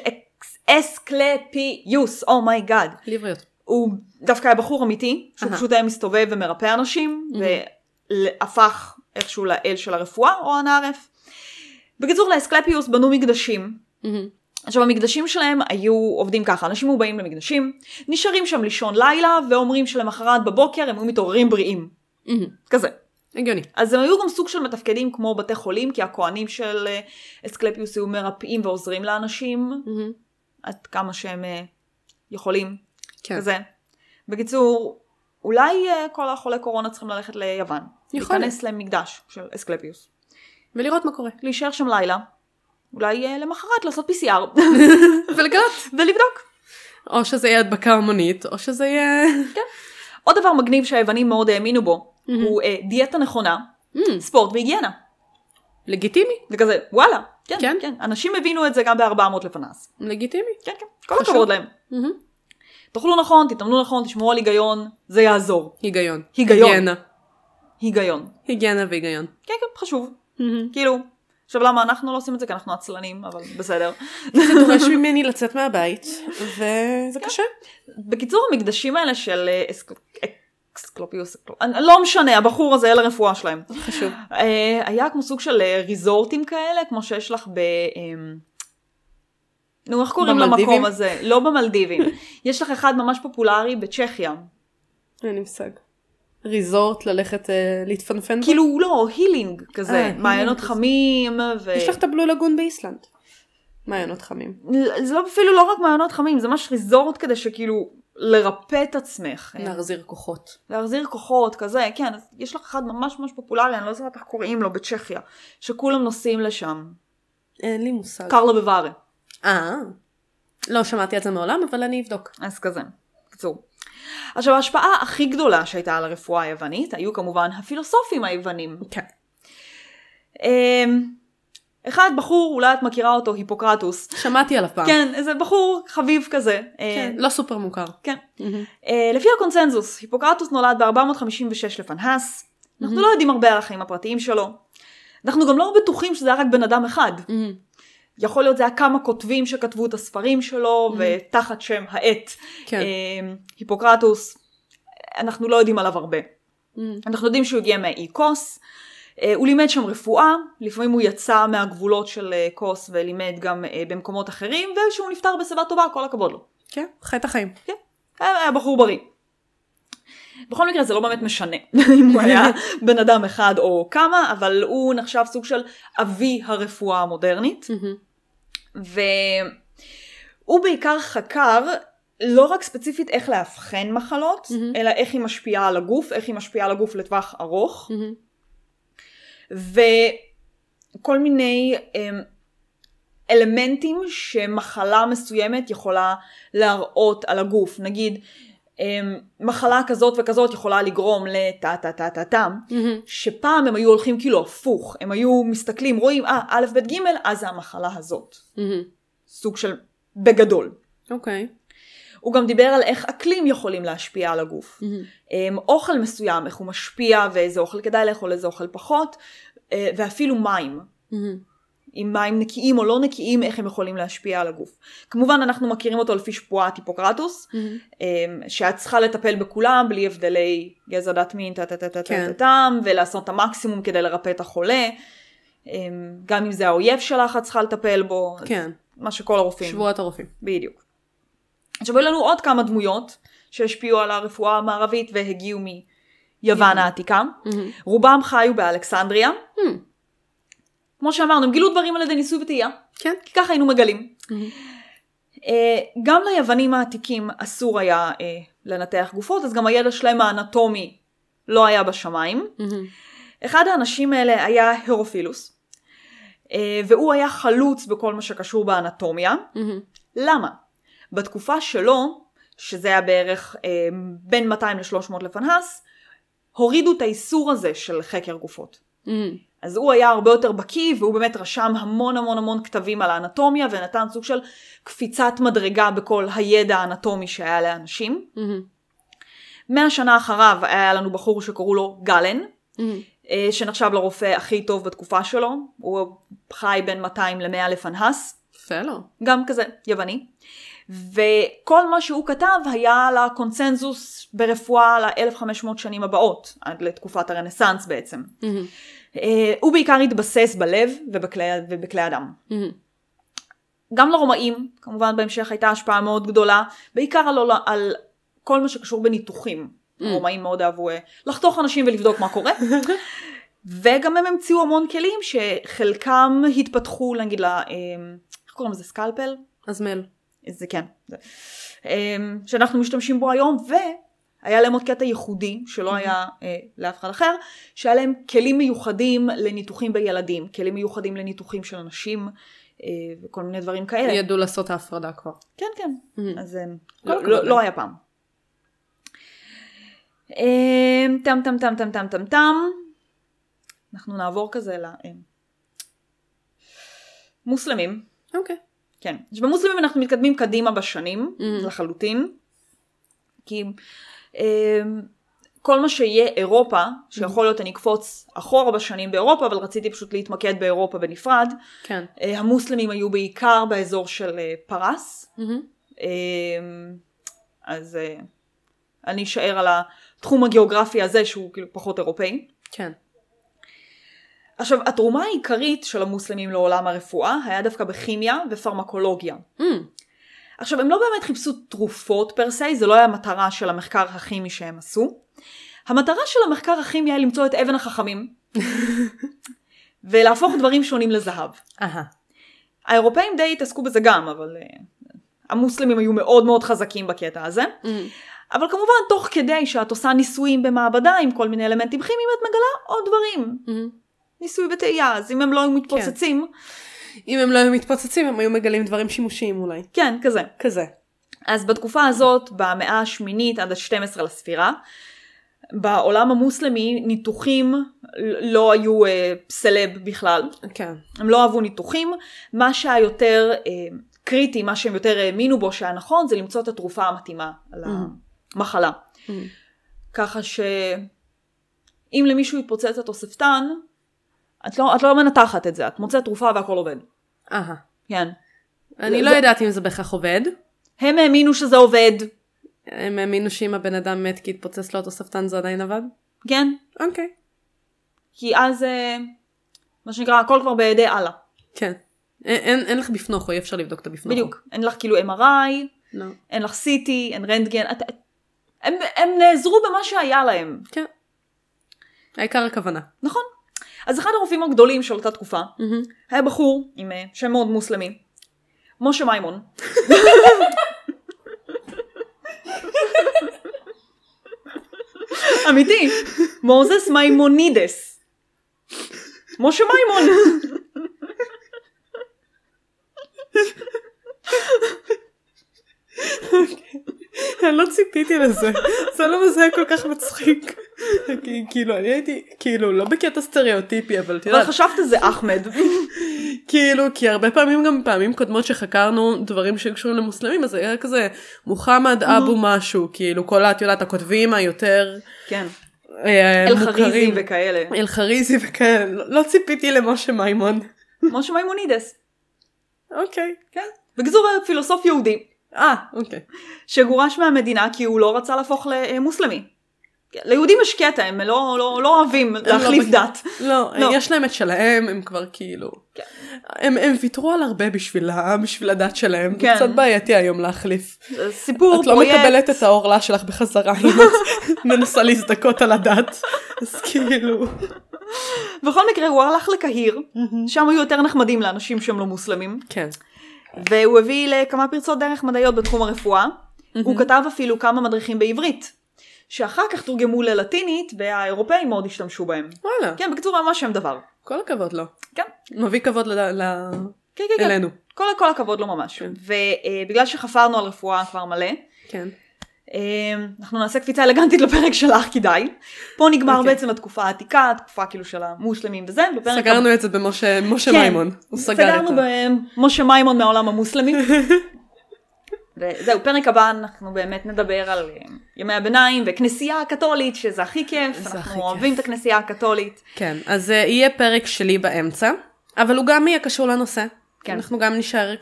oh שאסקלפיוס, אומייגאד,
ליבריות.
הוא דווקא היה בחור אמיתי, שהוא
אהה.
פשוט היה מסתובב ומרפא אנשים, והפך איכשהו לאל של הרפואה או הנערף. בקיצור, לאסקלפיוס בנו מקדשים,
מהמם.
עכשיו המקדשים שלהם היו עובדים ככה, אנשים היו באים למקדשים, נשארים שם לישון לילה ואומרים שלמחרת בבוקר הם היו מתעוררים בריאים,
מהמם.
כזה.
Mm-hmm. הגיוני.
אז הם היו גם סוג של מתפקדים כמו בתי חולים, כי הכוהנים של אה, אסקלפיוס היו מרפאים ועוזרים לאנשים,
מהמם.
עד כמה שהם אה, יכולים,
כן.
כזה. בקיצור, אולי אה, כל החולי קורונה צריכים ללכת ליוון.
יכול
להיכנס למקדש של אסקלפיוס.
ולראות מה קורה.
להישאר שם לילה, אולי אה, למחרת לעשות PCR,
ולגלות.
ולבדוק.
או שזה יהיה הדבקה המונית, או שזה יהיה...
עוד דבר מגניב שהיוונים מאוד האמינו בו,
מהמם.
הוא אה, דיאטה נכונה,
Mm,
ספורט והיגיינה.
לגיטימי.
זה כזה, וואלה, כן,
כן.
כן, כן. אנשים הבינו את זה גם ב-400 לפנס.
לגיטימי.
כן, כן, כל
חשוב.
הכבוד להם.
מהמם.
תאכלו נכון, תתאמנו נכון, תשמרו על היגיון, זה יעזור.
היגיון.
היגיון.
היגיינה.
היגיון.
היגיינה והיגיון.
כן, כן, חשוב.
מהמם.
כאילו, עכשיו למה אנחנו לא עושים את זה? כי אנחנו עצלנים, אבל בסדר.
זה דורש ממני לצאת מהבית, וזה קשה.
בקיצור, המקדשים האלה של אה, אסק- אקסקלופיוס, אקלו- אני- לא משנה, הבחור הזה, אלה רפואה שלהם.
חשוב.
אה, היה כמו סוג של אה, ריזורטים כאלה, כמו שיש לך ב... אמ, נו, איך קוראים
במלדיבים?
למקום הזה? לא במלדיבים. יש לך אחד ממש פופולרי בצ'כיה.
אין לי מושג. ריזורט ללכת אה, להתפנפן. בו?
כאילו, לא, הילינג
אה,
כזה,
הילינג
מעיינות
כזה.
חמים, אה, ו...
יש לך את הבלו לגון באיסלנד. מעיינות חמים.
ל- זה לא אפילו לא רק מעיינות חמים, זה ממש ריזורט כדי שכאילו לרפא את עצמך. אה,
להחזיר כוחות.
להחזיר כוחות, כזה, כן, אז יש לך אחד ממש ממש פופולרי, אני לא זוכרת איך קוראים לו, בצ'כיה, שכולם נוסעים לשם.
אין לי מושג.
קרלו בווארה.
אה. לא שמעתי על זה מעולם, אבל אני אבדוק.
אז כזה, בקיצור. עכשיו ההשפעה הכי גדולה שהייתה על הרפואה היוונית היו כמובן הפילוסופים היוונים.
כן.
אמ, אחד בחור, אולי את מכירה אותו, היפוקרטוס.
שמעתי עליו פעם.
כן, איזה בחור חביב כזה. אה,
אה. כן. לא סופר מוכר.
כן. אה, לפי הקונצנזוס, היפוקרטוס נולד ב-456 לפנהס. אנחנו לא יודעים הרבה על החיים הפרטיים שלו. אנחנו גם לא בטוחים שזה היה רק בן אדם אחד.
מהמם.
יכול להיות זה היה כמה כותבים שכתבו את הספרים שלו, ותחת שם העט.
כן.
אמ, היפוקרטוס, אנחנו לא יודעים עליו הרבה.
מהמם.
אנחנו יודעים שהוא הגיע מהאי קוס, אה, הוא לימד שם רפואה, לפעמים הוא יצא מהגבולות של אה, קוס ולימד גם אה, במקומות אחרים, ושהוא נפטר בשיבה טובה, כל הכבוד לו.
כן. חי את החיים.
היה היה בחור בריא. בכל מקרה זה לא באמת משנה אם הוא היה בן אדם אחד או כמה, אבל הוא נחשב סוג של אבי הרפואה המודרנית. והוא בעיקר חקר לא רק ספציפית איך לאבחן מחלות,
מהמם.
אלא איך היא משפיעה על הגוף, איך היא משפיעה על הגוף לטווח ארוך,
מהמם.
וכל מיני אמ, אלמנטים שמחלה מסוימת יכולה להראות על הגוף. נגיד, אמ, מחלה כזאת וכזאת יכולה לגרום לטה טה טה טה טה.
מהמם.
שפעם הם היו הולכים כאילו הפוך, הם היו מסתכלים, רואים, אה, א', ב', ג', אז זה המחלה הזאת.
מהמם.
סוג של בגדול.
אוקיי.
הוא גם דיבר על איך אקלים יכולים להשפיע על הגוף.
מהמם.
אמ, אוכל מסוים, איך הוא משפיע ואיזה אוכל כדאי לאכול, איזה אוכל פחות, אה, ואפילו מים.
מהמם.
אם מים נקיים או לא נקיים, איך הם יכולים להשפיע על הגוף. כמובן אנחנו מכירים אותו לפי שבועת היפוקרטוס,
מהמם.
אמ, שאת צריכה לטפל בכולם בלי הבדלי גזע דת מין טה טה טה טה
כן.
טה טם, ולעשות את המקסימום כדי לרפא את החולה. אמ, גם אם זה האויב שלך את צריכה לטפל בו, אז
כן.
מה שכל הרופאים.
שבועת הרופאים.
בדיוק. עכשיו היו לנו עוד כמה דמויות שהשפיעו על הרפואה המערבית והגיעו מיוון העתיקה.
מהמם.
רובם חיו באלכסנדריה.
Hmm.
כמו שאמרנו, הם גילו דברים על ידי ניסוי וטעייה,
כן.
כי ככה היינו מגלים. אה, גם ליוונים העתיקים אסור היה אה, לנתח גופות, אז גם הידע שלהם האנטומי לא היה בשמיים.
מהמם.
אחד האנשים האלה היה הרופילוס, אה, והוא היה חלוץ בכל מה שקשור באנטומיה.
מהמם.
למה? בתקופה שלו, שזה היה בערך אה, בין 200 ל-300 לפנהס, הורידו את האיסור הזה של חקר גופות.
מהמם.
אז הוא היה הרבה יותר בקיא, והוא באמת רשם המון המון המון כתבים על האנטומיה, ונתן סוג של קפיצת מדרגה בכל הידע האנטומי שהיה לאנשים.
מהמם.
מאה שנה אחריו היה לנו בחור שקראו לו גלן,
מהמם.
אה, שנחשב לרופא הכי טוב בתקופה שלו. הוא חי בין 200 ל-100 לפנהס.
יפה לא? לו.
גם כזה יווני. וכל מה שהוא כתב היה על הקונצנזוס ברפואה ל-1500 שנים הבאות, עד לתקופת הרנסאנס בעצם.
מהמם.
אה, הוא בעיקר התבסס בלב ובכלי, ובכלי הדם.
מהמם.
גם לרומאים, כמובן בהמשך הייתה השפעה מאוד גדולה, בעיקר על, עול- על כל מה שקשור בניתוחים. הרומאים מאוד אהבו אה, לחתוך אנשים ולבדוק מה קורה. וגם הם המציאו המון כלים שחלקם התפתחו, נגיד, ל... אה, איך קוראים לזה? סקלפל?
אז מל.
זה כן. זה. אמ, שאנחנו משתמשים בו היום, והיה להם עוד קטע ייחודי, שלא היה אה, לאף אחד אחר, שהיה להם כלים מיוחדים לניתוחים בילדים, כלים מיוחדים לניתוחים של אנשים, אה, וכל מיני דברים כאלה.
ידעו לעשות את ההפרדה כבר.
כן, כן.
Mhm.
אז אמ,
כל
לא-
הכבוד
לא-
להם.
לא היה פעם. אמ, טם טם טם טם טם טם טם. אנחנו נעבור כזה ל... אמ, מוסלמים.
אוקיי.
כן. אז במוסלמים אנחנו מתקדמים קדימה בשנים
Mm.
לחלוטין. כי אה, כל מה שיהיה אירופה, שיכול להיות אני אקפוץ אחורה בשנים באירופה, אבל רציתי פשוט להתמקד באירופה בנפרד.
כן.
אה, המוסלמים היו בעיקר באזור של אה, פרס.
מהמם.
אה, אז אה, אני אשאר על התחום הגיאוגרפי הזה שהוא כאילו פחות אירופאי.
כן.
עכשיו, התרומה העיקרית של המוסלמים לעולם הרפואה היה דווקא בכימיה ופרמקולוגיה.
מהמם.
עכשיו, הם לא באמת חיפשו תרופות פר סי, זה לא היה המטרה של המחקר הכימי שהם עשו. המטרה של המחקר הכימי היה למצוא את אבן החכמים, ולהפוך דברים שונים לזהב.
אהה.
האירופאים די התעסקו בזה גם, אבל אה, המוסלמים היו מאוד מאוד חזקים בקטע הזה.
מהמם.
אבל כמובן, תוך כדי שאת עושה ניסויים במעבדה עם כל מיני אלמנטים כימיים, את מגלה עוד דברים.
מהמם.
ניסוי וטעייה, אז אם הם לא היו מתפוצצים,
אם הם לא היו מתפוצצים הם היו מגלים דברים שימושיים אולי.
כן, כזה.
כזה.
אז בתקופה הזאת, במאה השמינית עד ה-12 לספירה, בעולם המוסלמי ניתוחים לא היו אה, סלב בכלל,
כן.
הם לא אהבו ניתוחים, מה שהיה יותר אה, קריטי, מה שהם יותר האמינו בו שהיה נכון, זה למצוא את התרופה המתאימה למחלה.
מהמם.
ככה שאם למישהו יתפוצץ התוספתן, את לא, את לא מנתחת את זה, את מוצאת תרופה והכל עובד.
אהה.
כן.
אני
זה-
לא
זה-
יודעת אם זה בהכרח עובד.
הם האמינו שזה עובד,
הם האמינו שאם הבן אדם מת כי התפוצץ לו התוספתן זה עדיין עבד?
כן?
אוקיי.
כי אז אה, מה שנקרא הכל כבר בידי אללה.
כן. אין- אין אין לך בפנוכו, אי אפשר לבדוק את הבפנוכו.
בדיוק. אין לך כאילו MRI,
לא.
אין לך CT, אין רנטגן, את, את, הם, הם נעזרו במה שהיה להם,
כן. העיקר הכוונה.
נכון? אז אחד הרופאים הגדולים של אותה תקופה
מהמם.
היה בחור עם אה, שם מאוד מוסלמי, משה מימון. אמיתי, מוזס מימונידס. משה מימון.
לא ציפיתי לזה, זה לא מזה כל כך מצחיק. כי- כאילו אני הייתי, כאילו לא בקטע סטריאוטיפי אבל את
אבל
יודעת,
חשבת זה אחמד.
כאילו כי הרבה פעמים גם פעמים קודמות שחקרנו דברים שקשורים למוסלמים אז היה כזה מוחמד אבו משהו, כאילו כל ה- את יודעת הכותבים היותר
כן.
אה,
אלחריזי
מוכרים.
וכאלה.
אלחריזי וכאלה, לא לא ציפיתי למשה מימון.
משה מימונידס.
אוקיי.
כן. בגזור פילוסוף יהודי
אה, אוקיי.
שגורש מהמדינה כי הוא לא רצה להפוך למוסלמי. ליהודים יש קטע, הם לא, לא, לא אוהבים להחליף
בקטע.
דת.
לא,
לא.
יש להם את שלהם, הם כבר כאילו...
כן.
הם, הם ויתרו על הרבה בשביל, ה- בשביל הדת שלהם,
כן.
זה קצת בעייתי היום להחליף.
זה סיפור,
את לא
פרויקט.
מקבלת את העורלה שלך בחזרה אם את מנסה להזדכות על הדת, אז כאילו...
בכל מקרה, הוא הלך לקהיר, שם היו יותר נחמדים לאנשים שהם לא מוסלמים,
כן.
והוא הביא לכמה פרצות דרך מדעיות בתחום הרפואה. הוא כתב אפילו כמה מדריכים בעברית, שאחר כך תורגמו ללטינית, והאירופאים מאוד השתמשו בהם.
וואלה,
כן, בקיצור, ממש שם דבר.
כל הכבוד לו.
כן.
מביא כבוד ל... ל...
כן, כן, כן.
אלינו.
כל, כל הכבוד לו ממש.
כן.
ובגלל שחפרנו על רפואה כבר מלא,
כן.
אה, אנחנו נעשה קפיצה אלגנטית לפרק שלך כדאי. פה נגמר okay.
אוקיי.
בעצם התקופה העתיקה, התקופה כאילו של המוסלמים וזה, בפרק
סגרנו את זה במשה משה
כן.
מימון. הוא סגר את
סגרנו
ה...
במשה מימון מהעולם המוסלמי. וזהו, פרק הבא אנחנו באמת נדבר על אה, ימי הביניים וכנסייה הקתולית, שזה הכי כיף,
זה
אנחנו
הכי כיף.
אוהבים את הכנסייה הקתולית.
כן, אז אה, יהיה פרק שלי באמצע, אבל הוא גם יהיה קשור לנושא.
כן.
כן. אנחנו גם נשאר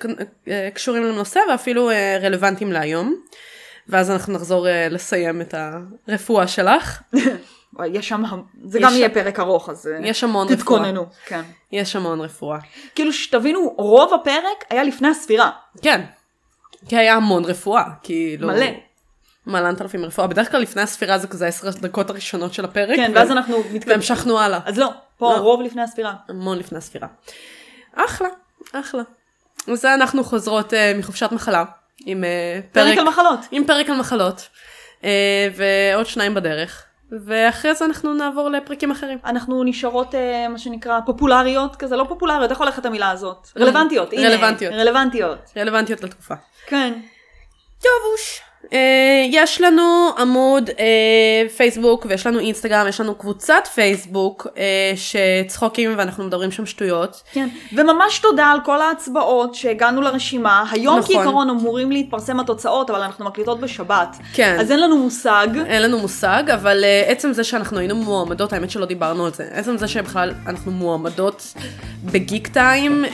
אה, קשורים לנושא ואפילו אה, רלוונטיים להיום. ואז אנחנו נחזור אה, לסיים את הרפואה שלך.
וואי, יש שם, המ- זה
יש
גם
שם-
יהיה פרק ארוך, אז אה,
יש המון רפואה.
תתכוננו. כן.
יש המון רפואה.
כאילו שתבינו, רוב הפרק היה לפני הספירה.
כן. כי היה המון רפואה, כאילו...
מלא.
מלנת אלפים רפואה. בדרך כלל לפני הספירה זה כזה עשר הדקות הראשונות של הפרק.
כן,
ו-
ואז אנחנו מתקדמים.
והמשכנו הלאה.
אז לא, פה
לא.
הרוב לפני הספירה.
המון לפני הספירה. אחלה, אחלה. אז זה אנחנו חוזרות אה, מחופשת מחלה. עם אה,
פרק על מחלות.
עם פרק על מחלות. אה, ועוד שניים בדרך. ואחרי זה אנחנו נעבור לפרקים אחרים.
אנחנו נשארות אה, מה שנקרא פופולריות כזה, לא פופולריות, איך הולכת המילה הזאת? רלוונטיות, הנה,
לא, רלוונטיות.
רלוונטיות,
רלוונטיות לתקופה.
כן.
טובוש. יש לנו עמוד אה, פייסבוק ויש לנו אינסטגרם, יש לנו קבוצת פייסבוק אה, שצחוקים ואנחנו מדברים שם שטויות.
כן, וממש תודה על כל ההצבעות שהגענו לרשימה. היום
נכון.
נכון. כעיקרון אמורים להתפרסם התוצאות, אבל אנחנו מקליטות בשבת.
כן. לא
אז אין לנו מושג.
אין לנו מושג, אבל uh, עצם זה שאנחנו היינו מועמדות, האמת שלא דיברנו על זה, עצם זה שבכלל אנחנו מועמדות בגיק טיים, uh,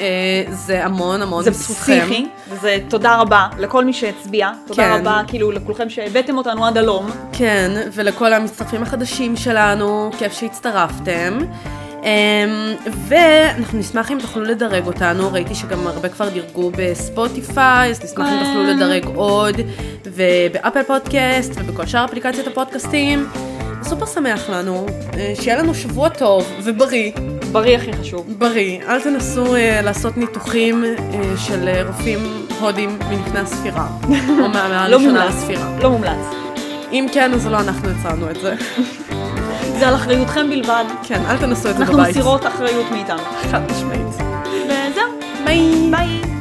זה המון המון
זה
בזכותכם.
פסיכי, וזה תודה רבה לכל מי שהצביע, תודה
כן.
רבה כאילו לכולכם שהבאתם אותנו עד הלום.
כן, ולכל המצטרפים החדשים שלנו, כיף שהצטרפתם. Um, ואנחנו נשמח אם תוכלו לדרג אותנו, ראיתי שגם הרבה כבר דירגו בספוטיפיי, אז נשמח אם תוכלו לדרג עוד, ובאפל פודקאסט, ובכל שאר אפליקציות הפודקאסטים. סופר שמח לנו, אה, שיהיה לנו שבוע טוב ובריא.
בריא הכי חשוב.
בריא, אל תנסו אה, לעשות ניתוחים אה, של אה, רופאים הודים מלפני הספירה, או מה- מהראשונה
מומלץ.
לספירה.
לא מומלץ.
אם כן, אז לא אנחנו יצרנו את זה.
זה על אחריותכם בלבד.
כן, אל תנסו את זה בבית.
אנחנו מסירות אחריות מאיתנו.
חד משמעית.
וזהו,
ביי.
ביי.